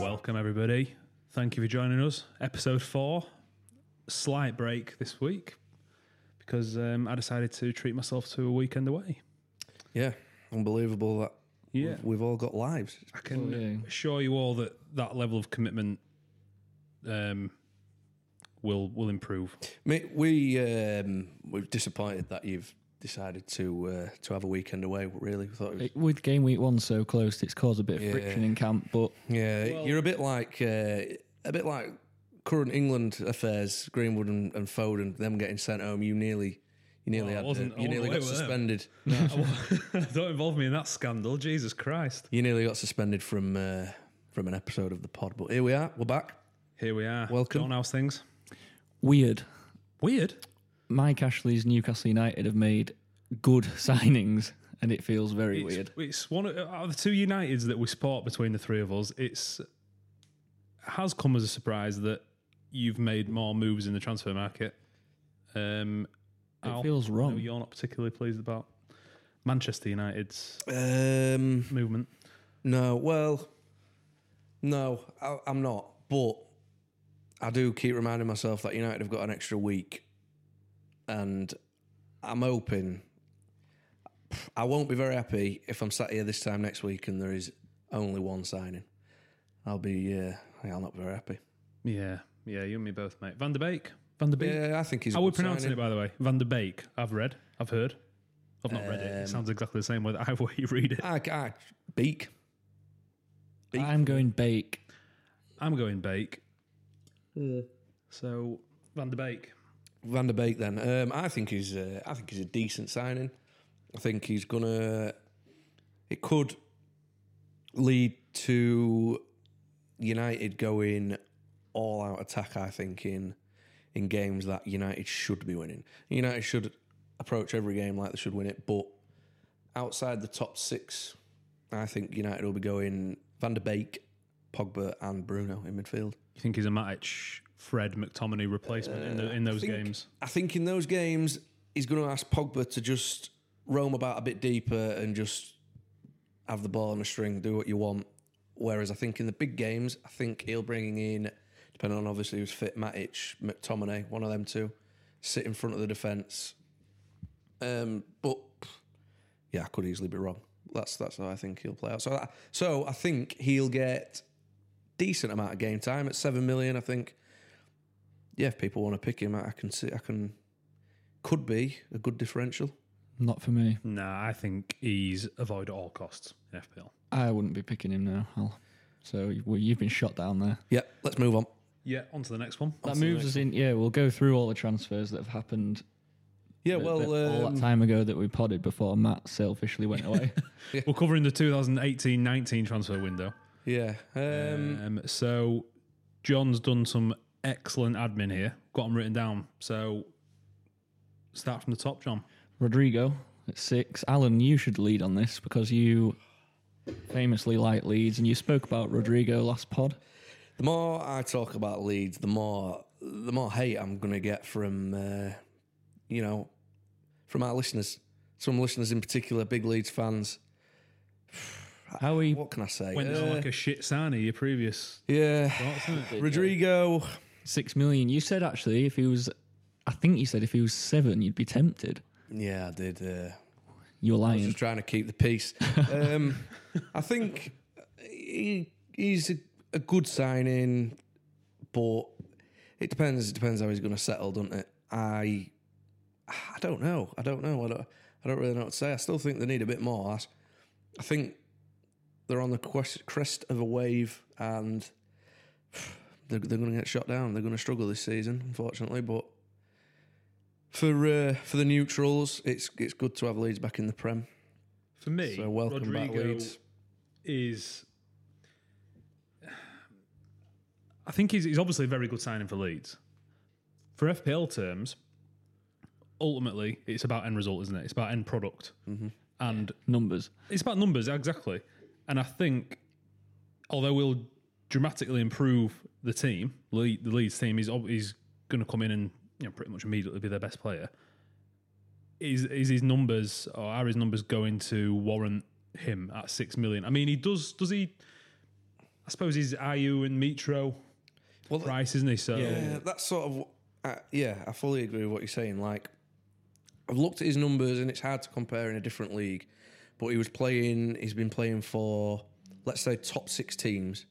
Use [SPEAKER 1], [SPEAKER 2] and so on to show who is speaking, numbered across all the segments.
[SPEAKER 1] Welcome, everybody. Thank you for joining us. Episode four. Slight break this week because um, I decided to treat myself to a weekend away.
[SPEAKER 2] Yeah, unbelievable that
[SPEAKER 1] Yeah.
[SPEAKER 2] we've, we've all got lives.
[SPEAKER 1] I can
[SPEAKER 3] Oh, yeah.
[SPEAKER 1] assure you all that that level of commitment um, will will improve.
[SPEAKER 2] Mate, we um, we're disappointed that you've decided to uh, to have a weekend away. Really, we thought it was,
[SPEAKER 3] It- with game week one so close, it's caused a bit of friction in camp. But
[SPEAKER 2] yeah, you're a bit like uh, a bit like current England affairs, Greenwood and, and Foden, them getting sent home. You nearly you nearly
[SPEAKER 1] Well, I
[SPEAKER 2] had
[SPEAKER 1] wasn't-
[SPEAKER 2] uh,
[SPEAKER 1] I
[SPEAKER 2] you
[SPEAKER 1] wasn't
[SPEAKER 2] nearly
[SPEAKER 1] away
[SPEAKER 2] got
[SPEAKER 1] with them.
[SPEAKER 2] suspended.
[SPEAKER 1] Don't involve me in that scandal, Jesus Christ!
[SPEAKER 2] You nearly got suspended from uh, from an episode of the pod. But here we are. We're back.
[SPEAKER 1] Here we are.
[SPEAKER 2] Welcome.
[SPEAKER 1] John, how's things?
[SPEAKER 3] weird,
[SPEAKER 1] Weird.
[SPEAKER 3] Mike Ashley's Newcastle United have made good signings, and it feels very
[SPEAKER 1] It's-
[SPEAKER 3] weird.
[SPEAKER 1] It's one of, out of the two Uniteds that we sport between the three of us. It's has come as a surprise that you've made more moves in the transfer market. Um,
[SPEAKER 3] It
[SPEAKER 1] Al,
[SPEAKER 3] feels
[SPEAKER 1] I know
[SPEAKER 3] wrong.
[SPEAKER 1] you're not particularly pleased about Manchester United's
[SPEAKER 2] Um,
[SPEAKER 1] movement.
[SPEAKER 2] No, well, no, I, I'm not. But I do keep reminding myself that United have got an extra week, and I'm hoping. I won't be very happy if I'm sat here this time next week and there is only one signing. I'll be, uh, I'll not be very happy.
[SPEAKER 1] Yeah, yeah, you and me both, mate. Van der Beek, Van der Beek.
[SPEAKER 2] Yeah, I think he's. a
[SPEAKER 1] How are we
[SPEAKER 2] good
[SPEAKER 1] pronouncing it,
[SPEAKER 2] signing.
[SPEAKER 1] by the way? Van der Beek. I've read. I've heard. I've not read it.
[SPEAKER 3] Um,
[SPEAKER 1] It sounds exactly the same way that I way you read it.
[SPEAKER 2] I, I, Beak.
[SPEAKER 3] I'm going bake.
[SPEAKER 1] I'm going Bake. So Van der Beek.
[SPEAKER 2] Van der Beek. Then um, I think he's uh, I think he's a decent signing. I think he's gonna. It could lead to United going all out attack. I think in in games that United should be winning. United should approach every game like they should win it. But outside the top six, I think United will be going Van der Beek, Pogba, and Bruno in midfield.
[SPEAKER 1] You think he's a Matic, Fred McTominay replacement in, the, in those
[SPEAKER 2] think-
[SPEAKER 1] games?
[SPEAKER 2] Uh, I think in those games, he's going to ask Pogba to just roam about a bit deeper and just have the ball on a string, do what you want. Whereas I think in the big games, I think he'll bring in, depending on obviously who's fit, Matic, McTominay, one of them two, sit in front of the defence. Um, but yeah, I could easily be wrong. That's that's how I think he'll play out. So, I, so I think he'll get decent amount of game time at seven million. I think yeah, if people want to pick him, I I can see, I can, could be a good differential.
[SPEAKER 3] Not for me.
[SPEAKER 1] Nah, I think he's avoid at all costs in FPL.
[SPEAKER 3] I wouldn't be picking him now. Al. So well, you've been shot down there.
[SPEAKER 2] Yeah, let's move on.
[SPEAKER 1] Yeah, on to the next one.
[SPEAKER 3] that moves us in. Yeah, we'll go through all the transfers that have happened
[SPEAKER 2] Yeah,
[SPEAKER 3] that-
[SPEAKER 2] well,
[SPEAKER 3] all
[SPEAKER 2] um,
[SPEAKER 3] that time ago that we podded before Matt selfishly went away.
[SPEAKER 1] We're covering the 2018-19 transfer window.
[SPEAKER 2] yeah, um,
[SPEAKER 1] Um, so John's done some excellent admin here. Got them written down. So start from the top, John.
[SPEAKER 3] Rodrigo at six. Alan, you should lead on this because you famously like leads, and you spoke about Rodrigo last pod.
[SPEAKER 2] the more I talk about Leeds, the more the more hate I'm going to get from, uh, you know, from our listeners. Some listeners in particular, big Leeds fans.
[SPEAKER 3] How he
[SPEAKER 2] What can I say?
[SPEAKER 1] Went down
[SPEAKER 2] Uh,
[SPEAKER 1] like a shit sarnie, your previous
[SPEAKER 2] yeah,
[SPEAKER 1] thoughts, didn't it?
[SPEAKER 2] Rodrigo.
[SPEAKER 3] six million? You said actually if he was, I think you said if he was seven, you'd be tempted.
[SPEAKER 2] Yeah, I did. Uh,
[SPEAKER 3] You're lying.
[SPEAKER 2] just trying to keep the peace. Um, I think he, he's a, a good signing, but it depends. It depends how he's going to settle, doesn't it? I I don't know. I don't know. I don't. I don't really know what to say. I still think they need a bit more. I, s- I think they're on the quest, crest of a wave, and they're, they're going to get shot down. They're going to struggle this season, unfortunately. But for uh, for the neutrals, it's it's good to have Leeds back in the Prem.
[SPEAKER 1] For me,
[SPEAKER 2] So welcome back,
[SPEAKER 1] Rodrigo uh,
[SPEAKER 2] Leeds.
[SPEAKER 1] is. I think he's, he's obviously a very good signing for Leeds. For FPL terms, ultimately, it's about end result, isn't it? It's about end product. and
[SPEAKER 3] numbers.
[SPEAKER 1] it's about numbers exactly. And I think, although we'll dramatically improve the team, Le- the Leeds team is ob- is going to come in and you know pretty much immediately be their best player. Is is his numbers or are his numbers going to warrant him at six million? I mean, he does. Does he? I suppose he's Ayu and Mitro
[SPEAKER 2] Well,
[SPEAKER 1] price, isn't he? So
[SPEAKER 2] Yeah, that's sort of. Uh, yeah, I fully agree with what you're saying. Like, I've looked at his numbers, and it's hard to compare in a different league. But he was playing. He's been playing for, let's say, top six teams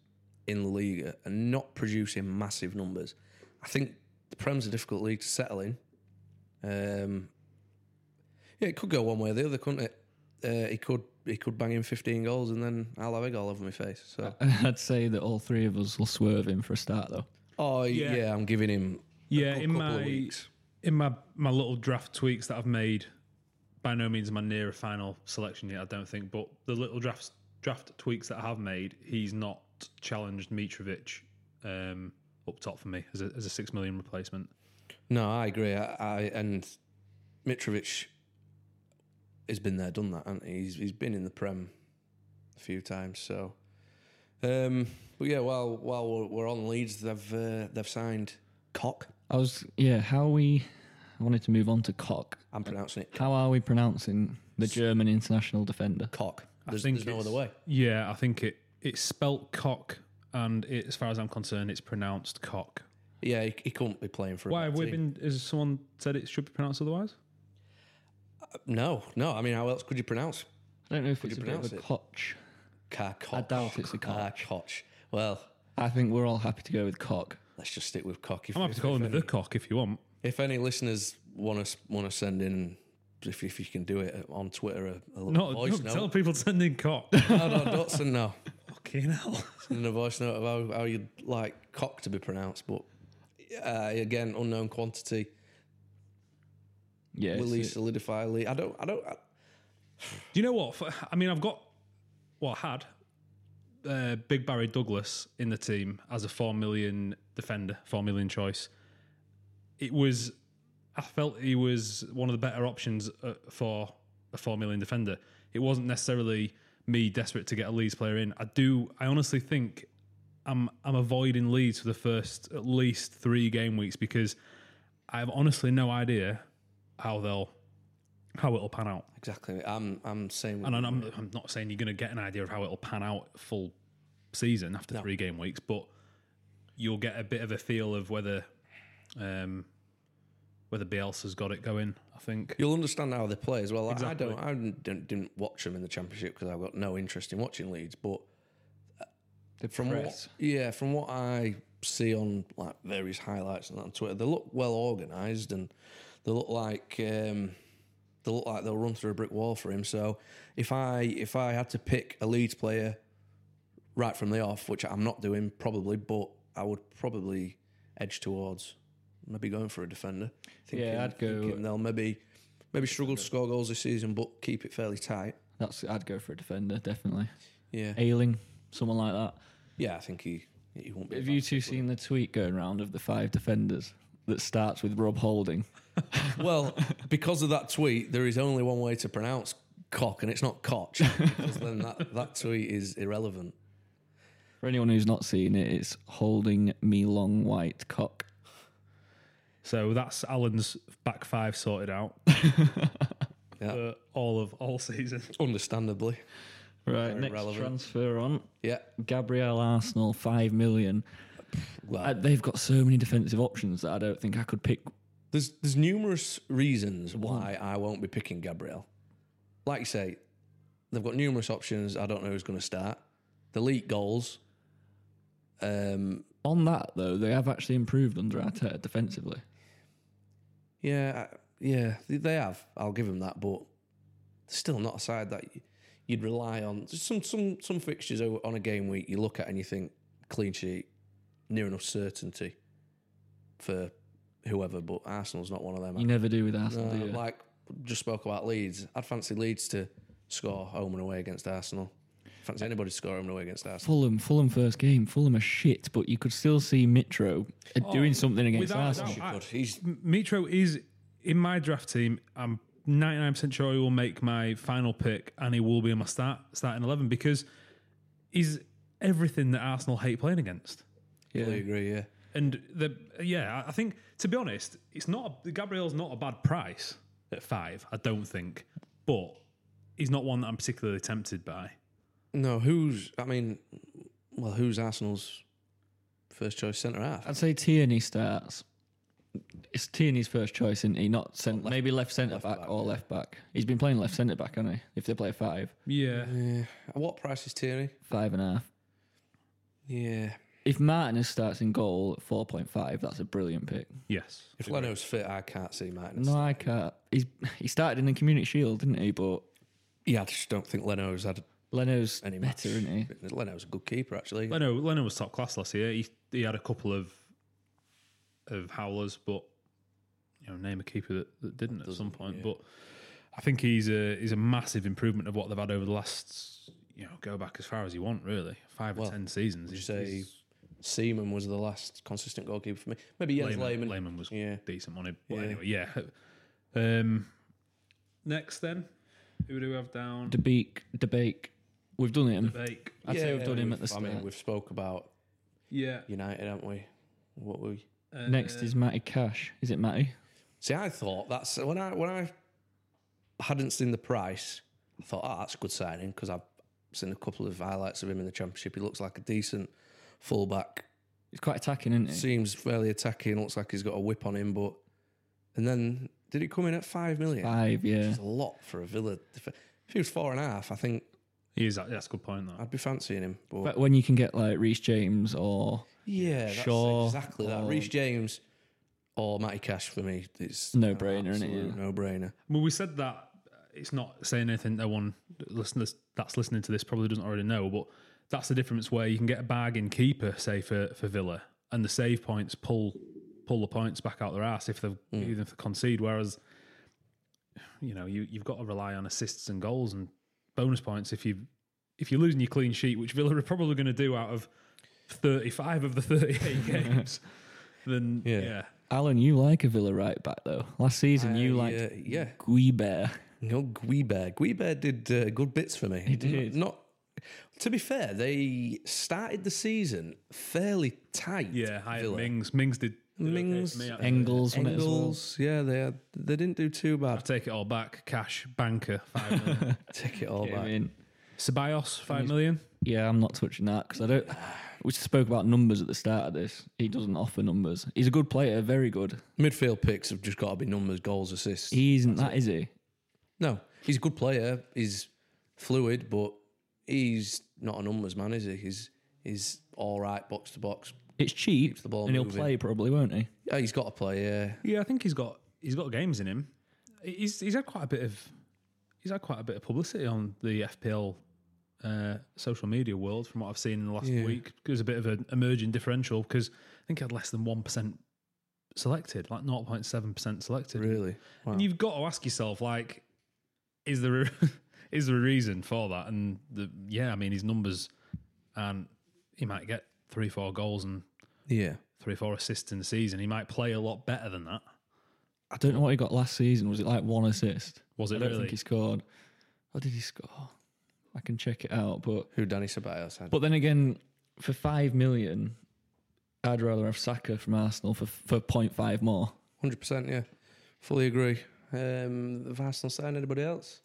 [SPEAKER 2] in La Liga, and not producing massive numbers. I think the Prem's a difficult league to settle in. Um, yeah, it could go one way or the other, couldn't it? Uh, he could. He could bang in 15 goals, and then I'll have a goal over my face.
[SPEAKER 1] Uh,
[SPEAKER 2] So,
[SPEAKER 3] I'd say that all three of us will swerve him for a start, though.
[SPEAKER 2] oh
[SPEAKER 1] Yeah.
[SPEAKER 2] yeah, I'm giving him.
[SPEAKER 1] Yeah,
[SPEAKER 2] a cou-
[SPEAKER 1] in
[SPEAKER 2] couple of
[SPEAKER 1] my-
[SPEAKER 2] weeks.
[SPEAKER 1] in my my little draft tweaks that I've made, by no means am I near a final selection yet. I don't think, but the little drafts draft tweaks that I have made, he's not challenged Mitrovic um, up top for me as a, as a six million replacement.
[SPEAKER 2] No, I agree. I, I and Mitrovic has been there, done that, and he? he's he's been in the prem a few times. So, um, but yeah, while while we're, we're on Leeds, they've uh, they've signed Cock.
[SPEAKER 3] I was, yeah, how we. I wanted to move on to Cock.
[SPEAKER 2] I'm pronouncing it
[SPEAKER 3] How are we pronouncing the German international defender?
[SPEAKER 2] Cock. There's,
[SPEAKER 1] think
[SPEAKER 2] there's no
[SPEAKER 1] it's-
[SPEAKER 2] other way.
[SPEAKER 1] Yeah, I think it it's spelt cock, and it, as far as I'm concerned, it's pronounced cock.
[SPEAKER 2] Yeah, he, he couldn't be playing for. a
[SPEAKER 1] Why
[SPEAKER 2] bad
[SPEAKER 1] have we
[SPEAKER 2] team.
[SPEAKER 1] been? Has someone said it should be pronounced otherwise?
[SPEAKER 2] No, no. I mean, how else could you pronounce
[SPEAKER 3] I don't know if it's a
[SPEAKER 2] you
[SPEAKER 3] bit of a
[SPEAKER 2] pronounce
[SPEAKER 3] cotch.
[SPEAKER 2] Car Cock?
[SPEAKER 3] I doubt it's a
[SPEAKER 2] Car
[SPEAKER 3] cotch.
[SPEAKER 2] Koch. Well,
[SPEAKER 3] I think we're all happy to go with Cock.
[SPEAKER 2] let's just stick with Cock. If,
[SPEAKER 1] I'm happy
[SPEAKER 2] if-
[SPEAKER 1] to call
[SPEAKER 2] if
[SPEAKER 1] him
[SPEAKER 2] any-
[SPEAKER 1] the cock if you want.
[SPEAKER 2] If any listeners want to want to send in, if, if you can do it uh, on Twitter, a, a little
[SPEAKER 1] Not,
[SPEAKER 2] voice
[SPEAKER 1] not tell
[SPEAKER 2] note.
[SPEAKER 1] people to send in cock.
[SPEAKER 2] No, no, don't send no.
[SPEAKER 1] Fucking hell.
[SPEAKER 2] Send a voice note of how, how you'd like cock to be pronounced, but uh, again, unknown quantity.
[SPEAKER 3] Yeah,
[SPEAKER 2] Will he
[SPEAKER 3] it's,
[SPEAKER 2] solidify? Lee? I don't. I don't. I,
[SPEAKER 1] Do you know what? For- I mean, I've got, well, I had uh, Big Barry Douglas in the team as a four million defender, four million choice. It was, I felt he was one of the better options uh, for a four million defender. It wasn't necessarily me desperate to get a Leeds player in. I do, I honestly think I'm I'm avoiding Leeds for the first at least three game weeks because I have honestly no idea how they'll how it'll pan out.
[SPEAKER 2] exactly. I'm. I'm saying. with-
[SPEAKER 1] And I'm, I'm not saying you're going to get an idea of how it'll pan out full season after three game weeks, but you'll get a bit of a feel of whether um, whether Bielsa's got it going. I think.
[SPEAKER 2] You'll understand how they play as well. Like,
[SPEAKER 1] Exactly.
[SPEAKER 2] I don't. I didn't, didn't watch them in the championship because I've got no interest in watching Leeds. But from what,
[SPEAKER 3] press.
[SPEAKER 2] yeah, from what I see on like various highlights and that on Twitter, they look well organised and they look like um, they look like they'll run through a brick wall for him. So if I if I had to pick a Leeds player right from the off, which I'm not doing probably, but I would probably edge towards maybe going for a defender.
[SPEAKER 3] I'd go-
[SPEAKER 2] thinking They'll maybe maybe struggle to score goals this season, but keep it fairly tight.
[SPEAKER 3] that's I'd go for a defender definitely.
[SPEAKER 2] Yeah,
[SPEAKER 3] Ailing, someone like that.
[SPEAKER 2] yeah, I think he he won't be. a
[SPEAKER 3] Have
[SPEAKER 2] bad
[SPEAKER 3] you two seen the tweet going round of the five defenders that starts with Rob Holding?
[SPEAKER 2] Well, because of that tweet, there is only one way to pronounce cock, and it's not coch. because then that, that tweet is irrelevant.
[SPEAKER 3] For anyone who's not seen it, it's Holding Me Long White Cock.
[SPEAKER 1] So that's Alan's back five sorted out for all of all season.
[SPEAKER 2] Understandably.
[SPEAKER 3] Right,
[SPEAKER 2] Very
[SPEAKER 3] next
[SPEAKER 2] relevant.
[SPEAKER 3] transfer on
[SPEAKER 2] Yeah.
[SPEAKER 3] Gabriel Arsenal, five million.
[SPEAKER 2] Well,
[SPEAKER 3] Uh, they've got so many defensive options that I don't think I could pick.
[SPEAKER 2] there's there's numerous reasons why I won't be picking Gabriel. Like you say, they've got numerous options. I don't know who's going to start. The leak goals. Um,
[SPEAKER 3] On that though, they have actually improved under Arteta defensively.
[SPEAKER 2] yeah, I- yeah, they- they have. I'll give them that, but still not a side that y- you'd rely on. Some some some fixtures o- on a game week you look at and you think clean sheet, near enough certainty for whoever. But Arsenal's not one of them.
[SPEAKER 3] You never do with Arsenal,
[SPEAKER 2] Uh,
[SPEAKER 3] do you?
[SPEAKER 2] Like just spoke about Leeds, I'd fancy Leeds to score home and away against Arsenal. Fancy anybody to score home and away against Arsenal.
[SPEAKER 3] Fulham, Fulham first game, Fulham are shit, but you could still see Mitro uh, doing something against
[SPEAKER 1] Oh, without a
[SPEAKER 3] Arsenal.
[SPEAKER 1] doubt. I-
[SPEAKER 2] Good. He's
[SPEAKER 1] M- Mitro is in my draft team. I'm 99% sure he will make my final pick and he will be in my start starting 11 because he's everything that Arsenal hate playing against.
[SPEAKER 3] Yeah.
[SPEAKER 2] Fully agree, yeah.
[SPEAKER 1] And the yeah, I- I think to be honest, it's not a, Gabriel's not a bad price at 5, I don't think. But he's not one that I'm particularly tempted by.
[SPEAKER 2] No, who's, I mean, well, who's Arsenal's first choice centre half?
[SPEAKER 3] I'd say Tierney starts. It's Tierney's first choice, isn't he? Not cent- maybe left centre back, or left back. He's been playing left centre back, hasn't he? If they play five,
[SPEAKER 1] Yeah.
[SPEAKER 2] Yeah. At what price is Tierney?
[SPEAKER 3] five and a half.
[SPEAKER 2] Yeah.
[SPEAKER 3] If Martinez starts in goal at four point five, that's a brilliant pick.
[SPEAKER 1] Yes.
[SPEAKER 2] If Leno's fit, I can't see Martinez.
[SPEAKER 3] No, I can't. He's, he started in the Community Shield, didn't he? But
[SPEAKER 2] Yeah, I just don't think Leno's had
[SPEAKER 3] Leno's
[SPEAKER 2] any match.
[SPEAKER 3] better, isn't he?
[SPEAKER 2] Leno's a good keeper, actually.
[SPEAKER 1] Leno Leno was top class last year. He he had a couple of of howlers, but you know, name a keeper that, that didn't at some point. But I think he's a he's a massive improvement of what they've had over the last you know go back as far as you want really five or ten seasons. He's,
[SPEAKER 2] say
[SPEAKER 1] he's-
[SPEAKER 2] Seaman was the last consistent goalkeeper for me. Maybe Jens Lehmann.
[SPEAKER 1] Lehman, Lehman was
[SPEAKER 2] Yeah.
[SPEAKER 1] decent on it. But
[SPEAKER 2] Yeah.
[SPEAKER 1] anyway, yeah. Um, next then, who do we have down?
[SPEAKER 3] Debake, debake. We've done him.
[SPEAKER 1] Bake.
[SPEAKER 3] I'd say we've done him
[SPEAKER 2] we've-
[SPEAKER 3] at the start.
[SPEAKER 2] I mean, we've spoke about
[SPEAKER 1] Yeah.
[SPEAKER 2] United, haven't we? What we
[SPEAKER 1] Uh,
[SPEAKER 3] Next is Matty Cash. Is it Matty?
[SPEAKER 2] see. I thought that's when I when I hadn't seen the price. I thought, oh, that's a good signing because I've seen a couple of highlights of him in the championship. He looks like a decent fullback.
[SPEAKER 3] He's quite attacking, isn't he?
[SPEAKER 2] Seems fairly attacking. Looks like he's got a whip on him, but and then did he come in at five million?
[SPEAKER 3] Five, yeah.
[SPEAKER 2] That's a lot for a Villa. def- If he was four and a half, I think
[SPEAKER 1] He is, that's a good point though.
[SPEAKER 2] I'd be fancying him. But
[SPEAKER 3] But when you can get like Reece James or
[SPEAKER 2] Yeah, that's Oh.
[SPEAKER 3] Shaw
[SPEAKER 2] exactly that.
[SPEAKER 3] or-
[SPEAKER 2] Reece James or Matty Cash for me. It's
[SPEAKER 3] No-brainer, isn't it? Yeah.
[SPEAKER 2] No brainer.
[SPEAKER 1] Well, we said that uh, it's not saying anything that one listeners that's listening to this probably doesn't already know, but that's the difference where you can get a bargain keeper, say for, for Villa, and the save points pull pull the points back out their ass if they've
[SPEAKER 2] Hmm.
[SPEAKER 1] even if they concede. Whereas, you know, you you've got to rely on assists and goals and bonus points if you if you're losing your clean sheet, which Villa are probably going to do out of 35 of the 38 games, then
[SPEAKER 2] Yeah.
[SPEAKER 1] yeah,
[SPEAKER 3] Alan. You like a Villa right back though. Last season you
[SPEAKER 2] Uh,
[SPEAKER 3] liked
[SPEAKER 2] yeah, Uh, yeah.
[SPEAKER 3] Guibert.
[SPEAKER 2] No Guibert. Guibert did uh, good bits for me. He
[SPEAKER 3] did.
[SPEAKER 2] Not, to be fair, they started the season fairly tight.
[SPEAKER 1] yeah, I had
[SPEAKER 2] Villa.
[SPEAKER 1] Mings Mings did. did okay for
[SPEAKER 2] Mings,
[SPEAKER 1] me, actually.
[SPEAKER 3] Engels on it as well.
[SPEAKER 2] Engels, yeah, they had, they didn't do too
[SPEAKER 1] I
[SPEAKER 2] bad.
[SPEAKER 1] take it all back. Cash, banker, five million.
[SPEAKER 2] Take it all
[SPEAKER 3] Yeah, I
[SPEAKER 2] back.
[SPEAKER 3] mean,
[SPEAKER 1] Ceballos, five million.
[SPEAKER 3] yeah, I'm not touching that because I don't. We spoke about numbers at the start of this. He doesn't offer numbers. He's a good player, very good.
[SPEAKER 2] Midfield picks have just got to be numbers, goals, assists.
[SPEAKER 3] He isn't that, is he?
[SPEAKER 2] no, he's a good player. He's fluid, but he's not a numbers man, is he? He's he's all right box to box,
[SPEAKER 3] It's cheap,
[SPEAKER 2] the ball
[SPEAKER 3] and he'll
[SPEAKER 2] moving.
[SPEAKER 3] play probably, won't he?
[SPEAKER 2] Yeah, he's got to play. Yeah,
[SPEAKER 1] Yeah, I think he's got he's got games in him. He's he's had quite a bit of he's had quite a bit of publicity on the FPL uh, social media world from what I've seen in the last week. There's a bit of an emerging differential because I think he had less than one percent selected, like 0.7 percent selected.
[SPEAKER 2] really. Wow.
[SPEAKER 1] And you've got to ask yourself, like, is there a, is there a reason for that? And the, yeah, I mean, his numbers, and he might get three, four goals and
[SPEAKER 2] Yeah,
[SPEAKER 1] three, four assists in the season. He might play a lot better than that.
[SPEAKER 3] I don't know what he got last season. Was it like one assist?
[SPEAKER 1] Was it
[SPEAKER 3] I don't
[SPEAKER 1] really?
[SPEAKER 3] think he scored. Or did he score? I can check it out. But
[SPEAKER 2] who Danny Ceballos had?
[SPEAKER 3] but then again, for five million, I'd rather have Saka from Arsenal for for point five more.
[SPEAKER 2] Hundred percent. Yeah, fully agree. Um, have Arsenal signed anybody else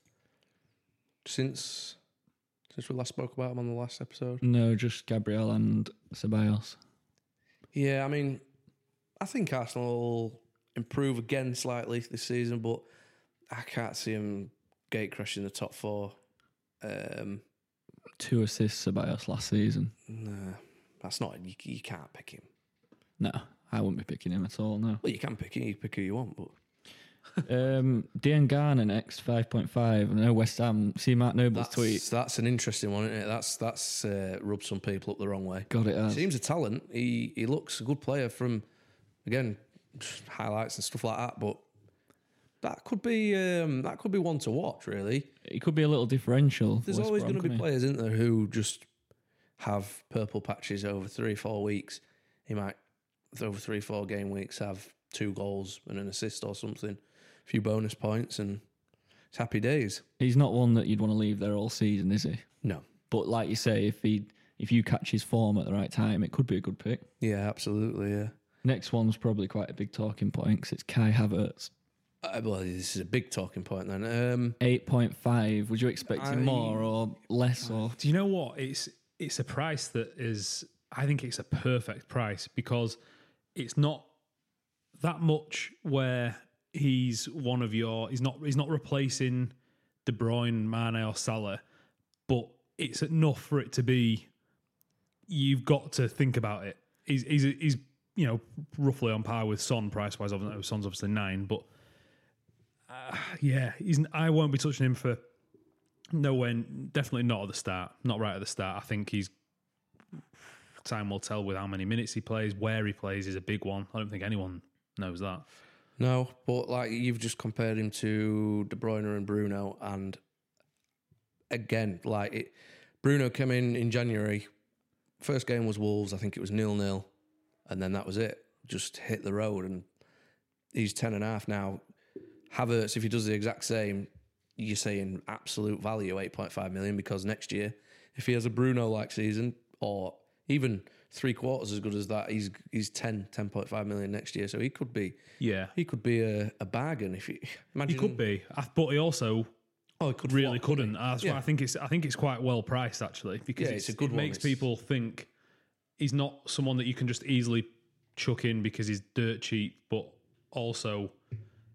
[SPEAKER 2] since since we last spoke about him on the last episode?
[SPEAKER 3] No, just Gabriel and Ceballos.
[SPEAKER 2] Yeah, I mean, I think Arsenal will improve again slightly this season, but I can't see him gate crashing the top four. Um,
[SPEAKER 3] Two assists Ceballos last season.
[SPEAKER 2] nah, that's not you, you. can't pick him.
[SPEAKER 3] No, I wouldn't be picking him at all. No.
[SPEAKER 2] Well, you can pick him. You pick who you want, but
[SPEAKER 3] um, Dean Garner next five point five. I know West Ham. See Mark Noble's
[SPEAKER 2] that's,
[SPEAKER 3] tweet.
[SPEAKER 2] that's an interesting one, isn't it? That's that's uh, rubbed some people up the wrong way.
[SPEAKER 3] Got it. As.
[SPEAKER 2] Seems a talent. He he looks a good player from again just highlights and stuff like that. But that could be um, that could be one to watch. Really,
[SPEAKER 3] It could be a little differential. for
[SPEAKER 2] there's
[SPEAKER 3] West
[SPEAKER 2] always
[SPEAKER 3] Brom,
[SPEAKER 2] going to be
[SPEAKER 3] couldn't it?
[SPEAKER 2] players in there who just have purple patches over three four weeks. He might over three four game weeks have two goals and an assist or something, a few bonus points, and It's happy days.
[SPEAKER 3] He's not one that you'd want to leave there all season, is he?
[SPEAKER 2] No.
[SPEAKER 3] But like you say, if he if you catch his form at the right time, it could be a good pick.
[SPEAKER 2] Yeah, absolutely. Yeah.
[SPEAKER 3] Next one's probably quite a big talking point because it's Kai Havertz,
[SPEAKER 2] Uh, well, this is a big talking point then. Um,
[SPEAKER 3] eight point five. Would you expect him more or less or?
[SPEAKER 1] Do you know what? It's it's a price that is I think it's a perfect price because it's not that much where he's one of your he's not he's not replacing De Bruyne, Mane or Salah, but it's enough for it to be you've got to think about it. He's he's he's you know roughly on par with Son price wise. Obviously, Son's obviously nine, but uh, yeah, he's I won't be touching him for no, when definitely not at the start. Not right at the start. I think he's time will tell with how many minutes he plays, where he plays is a big one. I don't think anyone knows that.
[SPEAKER 2] no, but like you've just compared him to De Bruyne and Bruno, and again, like it, Bruno came in in January. First game was Wolves. I think it was nil nil, and then that was it. Just hit the road, and he's ten and a half now. Havertz, if he does the exact same, you're saying absolute value eight point five million because next year, if he has a Bruno like season or even three quarters as good as that, he's he's 10, 10.5 million next year. So he could be
[SPEAKER 1] Yeah,
[SPEAKER 2] he could be a, a bargain if you
[SPEAKER 1] he
[SPEAKER 2] imagine.
[SPEAKER 1] could be, I, but he also
[SPEAKER 2] Oh, he could
[SPEAKER 1] really
[SPEAKER 2] flop, couldn't
[SPEAKER 1] couldn't. Uh, That's why
[SPEAKER 2] Yeah.
[SPEAKER 1] I think it's I think it's quite well priced actually because
[SPEAKER 2] Yeah, it's
[SPEAKER 1] it's-
[SPEAKER 2] a good
[SPEAKER 1] it
[SPEAKER 2] one.
[SPEAKER 1] makes
[SPEAKER 2] It's-
[SPEAKER 1] people think he's not someone that you can just easily chuck in because he's dirt cheap, but also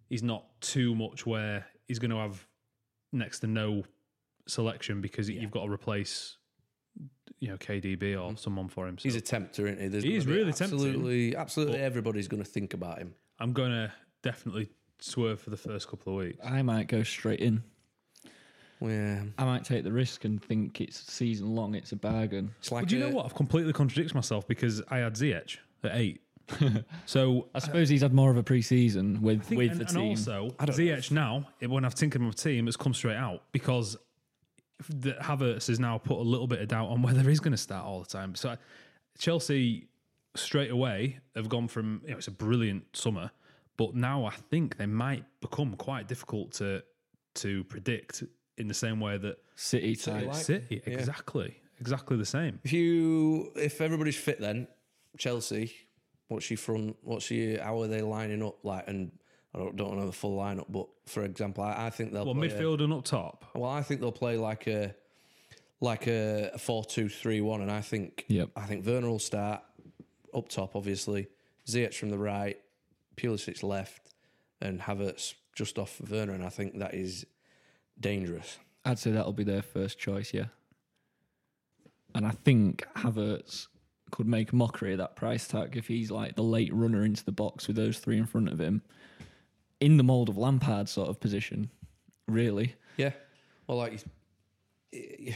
[SPEAKER 1] he's not too much where he's going to have next to no selection because you've got to replace you know KDB or someone for him. So
[SPEAKER 2] Mm-hmm. He's a tempter, isn't he? There's
[SPEAKER 1] He
[SPEAKER 2] gonna
[SPEAKER 1] is
[SPEAKER 2] be
[SPEAKER 1] really tempting,
[SPEAKER 2] absolutely, Absolutely, everybody's going to think about him.
[SPEAKER 1] I'm going to definitely swerve for the first couple of weeks.
[SPEAKER 3] I might go straight in.
[SPEAKER 2] Yeah,
[SPEAKER 3] I might take the risk and think it's season long. It's a bargain.
[SPEAKER 2] it's like
[SPEAKER 1] But do you
[SPEAKER 2] a-
[SPEAKER 1] know what? I've completely contradicted myself because I had Ziyech at eight. so
[SPEAKER 3] I suppose he's had more of a pre-season with
[SPEAKER 1] think-
[SPEAKER 3] with
[SPEAKER 1] and,
[SPEAKER 3] the
[SPEAKER 1] and
[SPEAKER 3] team.
[SPEAKER 1] also, Ziyech now, it- when I've tinkered with my team, it's come straight out because the, Havertz has now put a little bit of doubt on whether he's going to start all the time. So I- Chelsea straight away have gone from you know it's a brilliant summer, but now I think they might become quite difficult to to predict in the same way that
[SPEAKER 3] City type.
[SPEAKER 1] City exactly exactly the same.
[SPEAKER 2] if you if everybody's fit, then Chelsea, what's your front? What's your how are they lining up? Like, and I don't, don't know the full lineup, but for example, I, I think they'll
[SPEAKER 1] Well,
[SPEAKER 2] play a-
[SPEAKER 1] midfield and up top.
[SPEAKER 2] Well, I think they'll play like a like a four two three one, and I think
[SPEAKER 3] Yep.
[SPEAKER 2] I think Werner will start up top, obviously. Ziyech from the right, Pulisic left, and Havertz just off Werner, and I think that is dangerous.
[SPEAKER 3] I'd say that'll be their first choice, yeah. And I think Havertz could make a mockery of that price tag if he's like the late runner into the box with those three in front of him, in the mould of Lampard sort of position, really.
[SPEAKER 2] Yeah. Well, like he,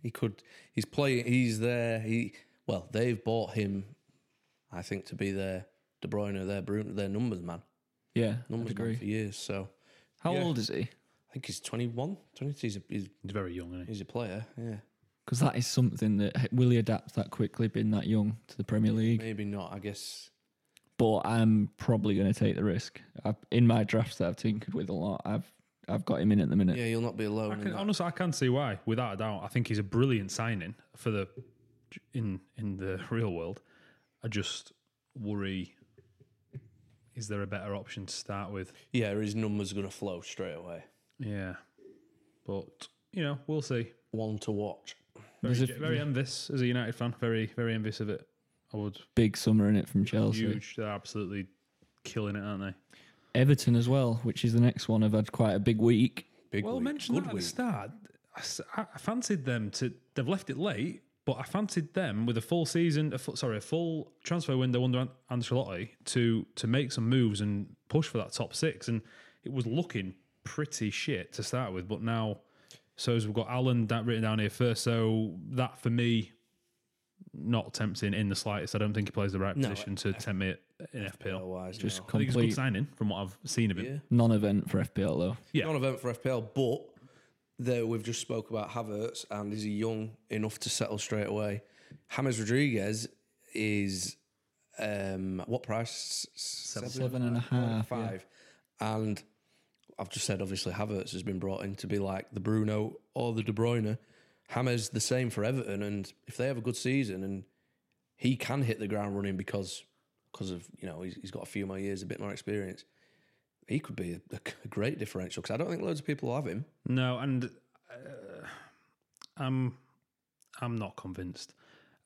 [SPEAKER 2] he could, he's playing, he's there. He well, they've bought him, I think, to be their De Bruyne, their Bruno, their numbers man,
[SPEAKER 3] Yeah, I'd
[SPEAKER 2] numbers man for
[SPEAKER 3] agree.
[SPEAKER 2] years. So
[SPEAKER 3] How
[SPEAKER 2] Yeah.
[SPEAKER 3] old is he?
[SPEAKER 2] I think he's 21, 22. He's a, he's,
[SPEAKER 1] He's very young, isn't he?
[SPEAKER 2] he's a player. Yeah.
[SPEAKER 3] Because that is something that will he adapt that quickly, being that young to the Premier League.
[SPEAKER 2] Maybe not. I guess.
[SPEAKER 3] But I'm probably going to take the risk. i in my drafts that I've tinkered with a lot, I've I've got him in at the minute.
[SPEAKER 2] Yeah, you'll not be alone.
[SPEAKER 1] I
[SPEAKER 2] in
[SPEAKER 1] can,
[SPEAKER 2] that.
[SPEAKER 1] honestly, I can see why. Without a doubt, I think he's a brilliant signing for the in in the real world. I just worry: is there a better option to start with?
[SPEAKER 2] yeah, his numbers going to flow straight away.
[SPEAKER 1] Yeah, but you know, we'll see.
[SPEAKER 2] One to watch.
[SPEAKER 1] Very,
[SPEAKER 3] There's a
[SPEAKER 1] je-
[SPEAKER 3] f-
[SPEAKER 1] very envious as a United fan. Very, very envious of it. I would
[SPEAKER 3] Big summer in it from Chelsea.
[SPEAKER 1] huge. They're absolutely killing it, aren't they?
[SPEAKER 3] Everton as well, which is the next one. I've had quite a big week.
[SPEAKER 2] Big
[SPEAKER 1] Well,
[SPEAKER 2] week.
[SPEAKER 1] mentioned
[SPEAKER 2] Good
[SPEAKER 1] that at
[SPEAKER 2] week.
[SPEAKER 1] the start. I s- I, I fancied them to. They've left it late, but I fancied them with a full season. A full, sorry, a full transfer window under An- Ancelotti to to make some moves and push for that top six. And it was looking pretty shit to start with, but now. So as we've got Alan that written down here first, so that for me, not tempting in the slightest. I don't think he plays the right position to tempt me in FPL.
[SPEAKER 2] Otherwise,
[SPEAKER 3] Just
[SPEAKER 1] Oh, I think it's a good
[SPEAKER 3] complete
[SPEAKER 1] signing from what I've seen of him.
[SPEAKER 3] non-event for FPL though.
[SPEAKER 1] yeah.
[SPEAKER 2] non-event for FPL, but there we've just spoke about Havertz, and is he young enough to settle straight away? James Rodriguez is um, what price? Seven
[SPEAKER 3] Seven and a half, yeah.
[SPEAKER 2] five. And I've just said obviously Havertz has been brought in to be like the Bruno or the De Bruyne. Hammers the same for Everton, and if they have a good season and he can hit the ground running because because of you know he's, he's got a few more years, a bit more experience, he could be a, a great differential. Because I don't think loads of people have him.
[SPEAKER 1] No, and uh, I'm I'm not convinced.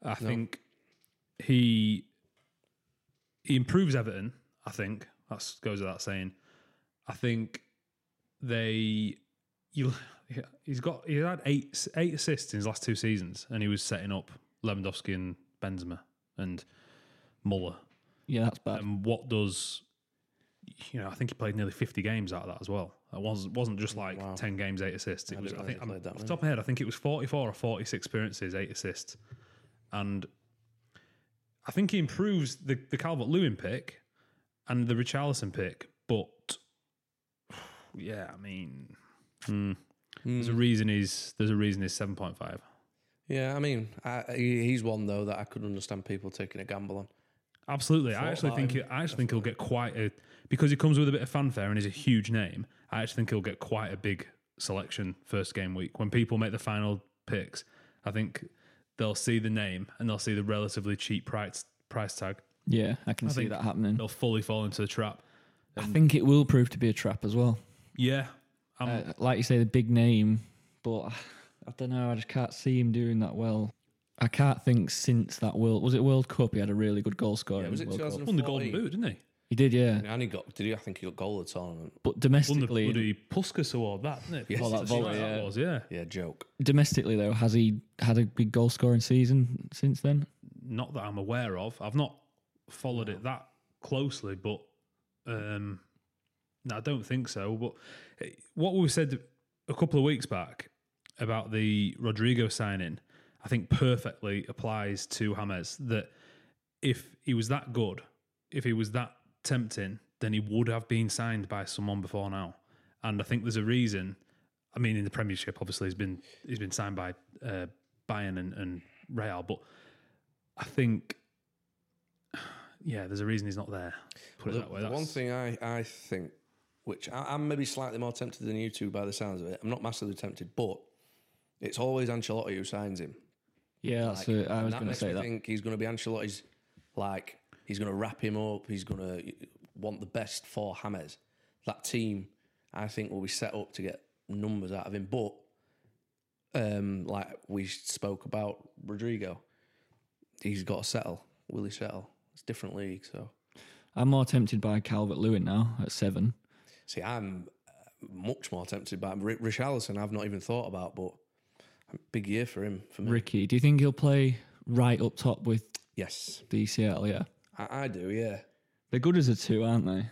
[SPEAKER 1] I think he he improves Everton. I think that goes without saying. I think they you he's got he had eight eight assists in his last two seasons, and he was setting up Lewandowski and Benzema and Muller.
[SPEAKER 3] Yeah, that's bad.
[SPEAKER 1] And what does you know? I think he played nearly fifty games out of that as well. It wasn't wasn't just like ten games, eight assists. It was I
[SPEAKER 2] realise
[SPEAKER 1] think
[SPEAKER 2] he
[SPEAKER 1] I'm,
[SPEAKER 2] played that
[SPEAKER 1] off the
[SPEAKER 2] many.
[SPEAKER 1] top of my head, I think it was forty four or forty six appearances, eight assists, and I think he improves the the Calvert Lewin pick and the Richarlison pick, but yeah, I mean. hmm, There's a reason he's there's a reason he's seven point five.
[SPEAKER 2] Yeah, I mean, I, he- he's one though that I could understand people taking a gamble on.
[SPEAKER 1] Absolutely, I actually
[SPEAKER 2] about
[SPEAKER 1] think
[SPEAKER 2] him,
[SPEAKER 1] he, I actually think he'll get quite a because he comes with a bit of fanfare and he's a huge name. I actually think he'll get quite a big selection first game week when people make the final picks. I think they'll see the name and they'll see the relatively cheap price price tag.
[SPEAKER 3] Yeah, I can see
[SPEAKER 1] think
[SPEAKER 3] that happening.
[SPEAKER 1] They'll fully fall into the trap.
[SPEAKER 3] I think it will prove to be a trap as well.
[SPEAKER 1] Yeah, um, I'm,
[SPEAKER 3] Uh, like you say, the big name, but I don't know. I just can't see him doing that well. I can't think since that world was it World Cup. He had a really good goal scorer.
[SPEAKER 2] Yeah,
[SPEAKER 3] in
[SPEAKER 2] was
[SPEAKER 3] the
[SPEAKER 2] it
[SPEAKER 3] World Cup.
[SPEAKER 2] 2014?
[SPEAKER 1] won the golden boot, didn't he?
[SPEAKER 3] He did, yeah.
[SPEAKER 2] And he got did he? I think he got goal of the tournament.
[SPEAKER 3] But
[SPEAKER 1] Won the
[SPEAKER 3] domestically,
[SPEAKER 1] bloody Puskas award, that didn't it?
[SPEAKER 2] Yes,
[SPEAKER 1] For
[SPEAKER 2] that
[SPEAKER 1] the
[SPEAKER 3] volley,
[SPEAKER 1] shot
[SPEAKER 3] yeah.
[SPEAKER 1] was, yeah.
[SPEAKER 2] Yeah, joke.
[SPEAKER 3] domestically though, has he had a big goal scoring season since then?
[SPEAKER 1] Not that I'm aware of. I've not followed it that closely, but um, no, I don't think so. But eh, what we said a couple of weeks back about the Rodrigo signing, I think perfectly applies to James that if he was that good, if he was that tempting, then he would have been signed by someone before now. And I think there's a reason. I mean, in the Premiership, obviously, he's been he's been signed by uh, Bayern and, and Real, but I think, yeah, there's a reason he's not there. Put it
[SPEAKER 2] The-
[SPEAKER 1] that way.
[SPEAKER 2] the
[SPEAKER 1] That's,
[SPEAKER 2] one thing I, I think, which I, I'm maybe slightly more tempted than you two by the sounds of it. I'm not massively tempted, but it's always Ancelotti who signs him.
[SPEAKER 3] Yeah, that's it. I
[SPEAKER 2] And
[SPEAKER 3] was
[SPEAKER 2] that
[SPEAKER 3] going to
[SPEAKER 2] makes
[SPEAKER 3] say
[SPEAKER 2] me
[SPEAKER 3] that.
[SPEAKER 2] think he's going to be Ancelotti's, like, he's going to wrap him up. He's going to want the best for Hammers. That team, I think, will be set up to get numbers out of him. But, um, like we spoke about Rodrigo, he's got to settle. Will he settle? It's a different league, so.
[SPEAKER 3] I'm more tempted by Calvert Lewin now at seven.
[SPEAKER 2] See, I'm uh, much more tempted by Ri- Richarlison. I've not even thought about, but a big year for him. For me,
[SPEAKER 3] Ricky, do you think he'll play right up top with
[SPEAKER 2] yes,
[SPEAKER 3] DCL? Yeah,
[SPEAKER 2] I, I do. Yeah,
[SPEAKER 3] E they're good as a two, aren't they?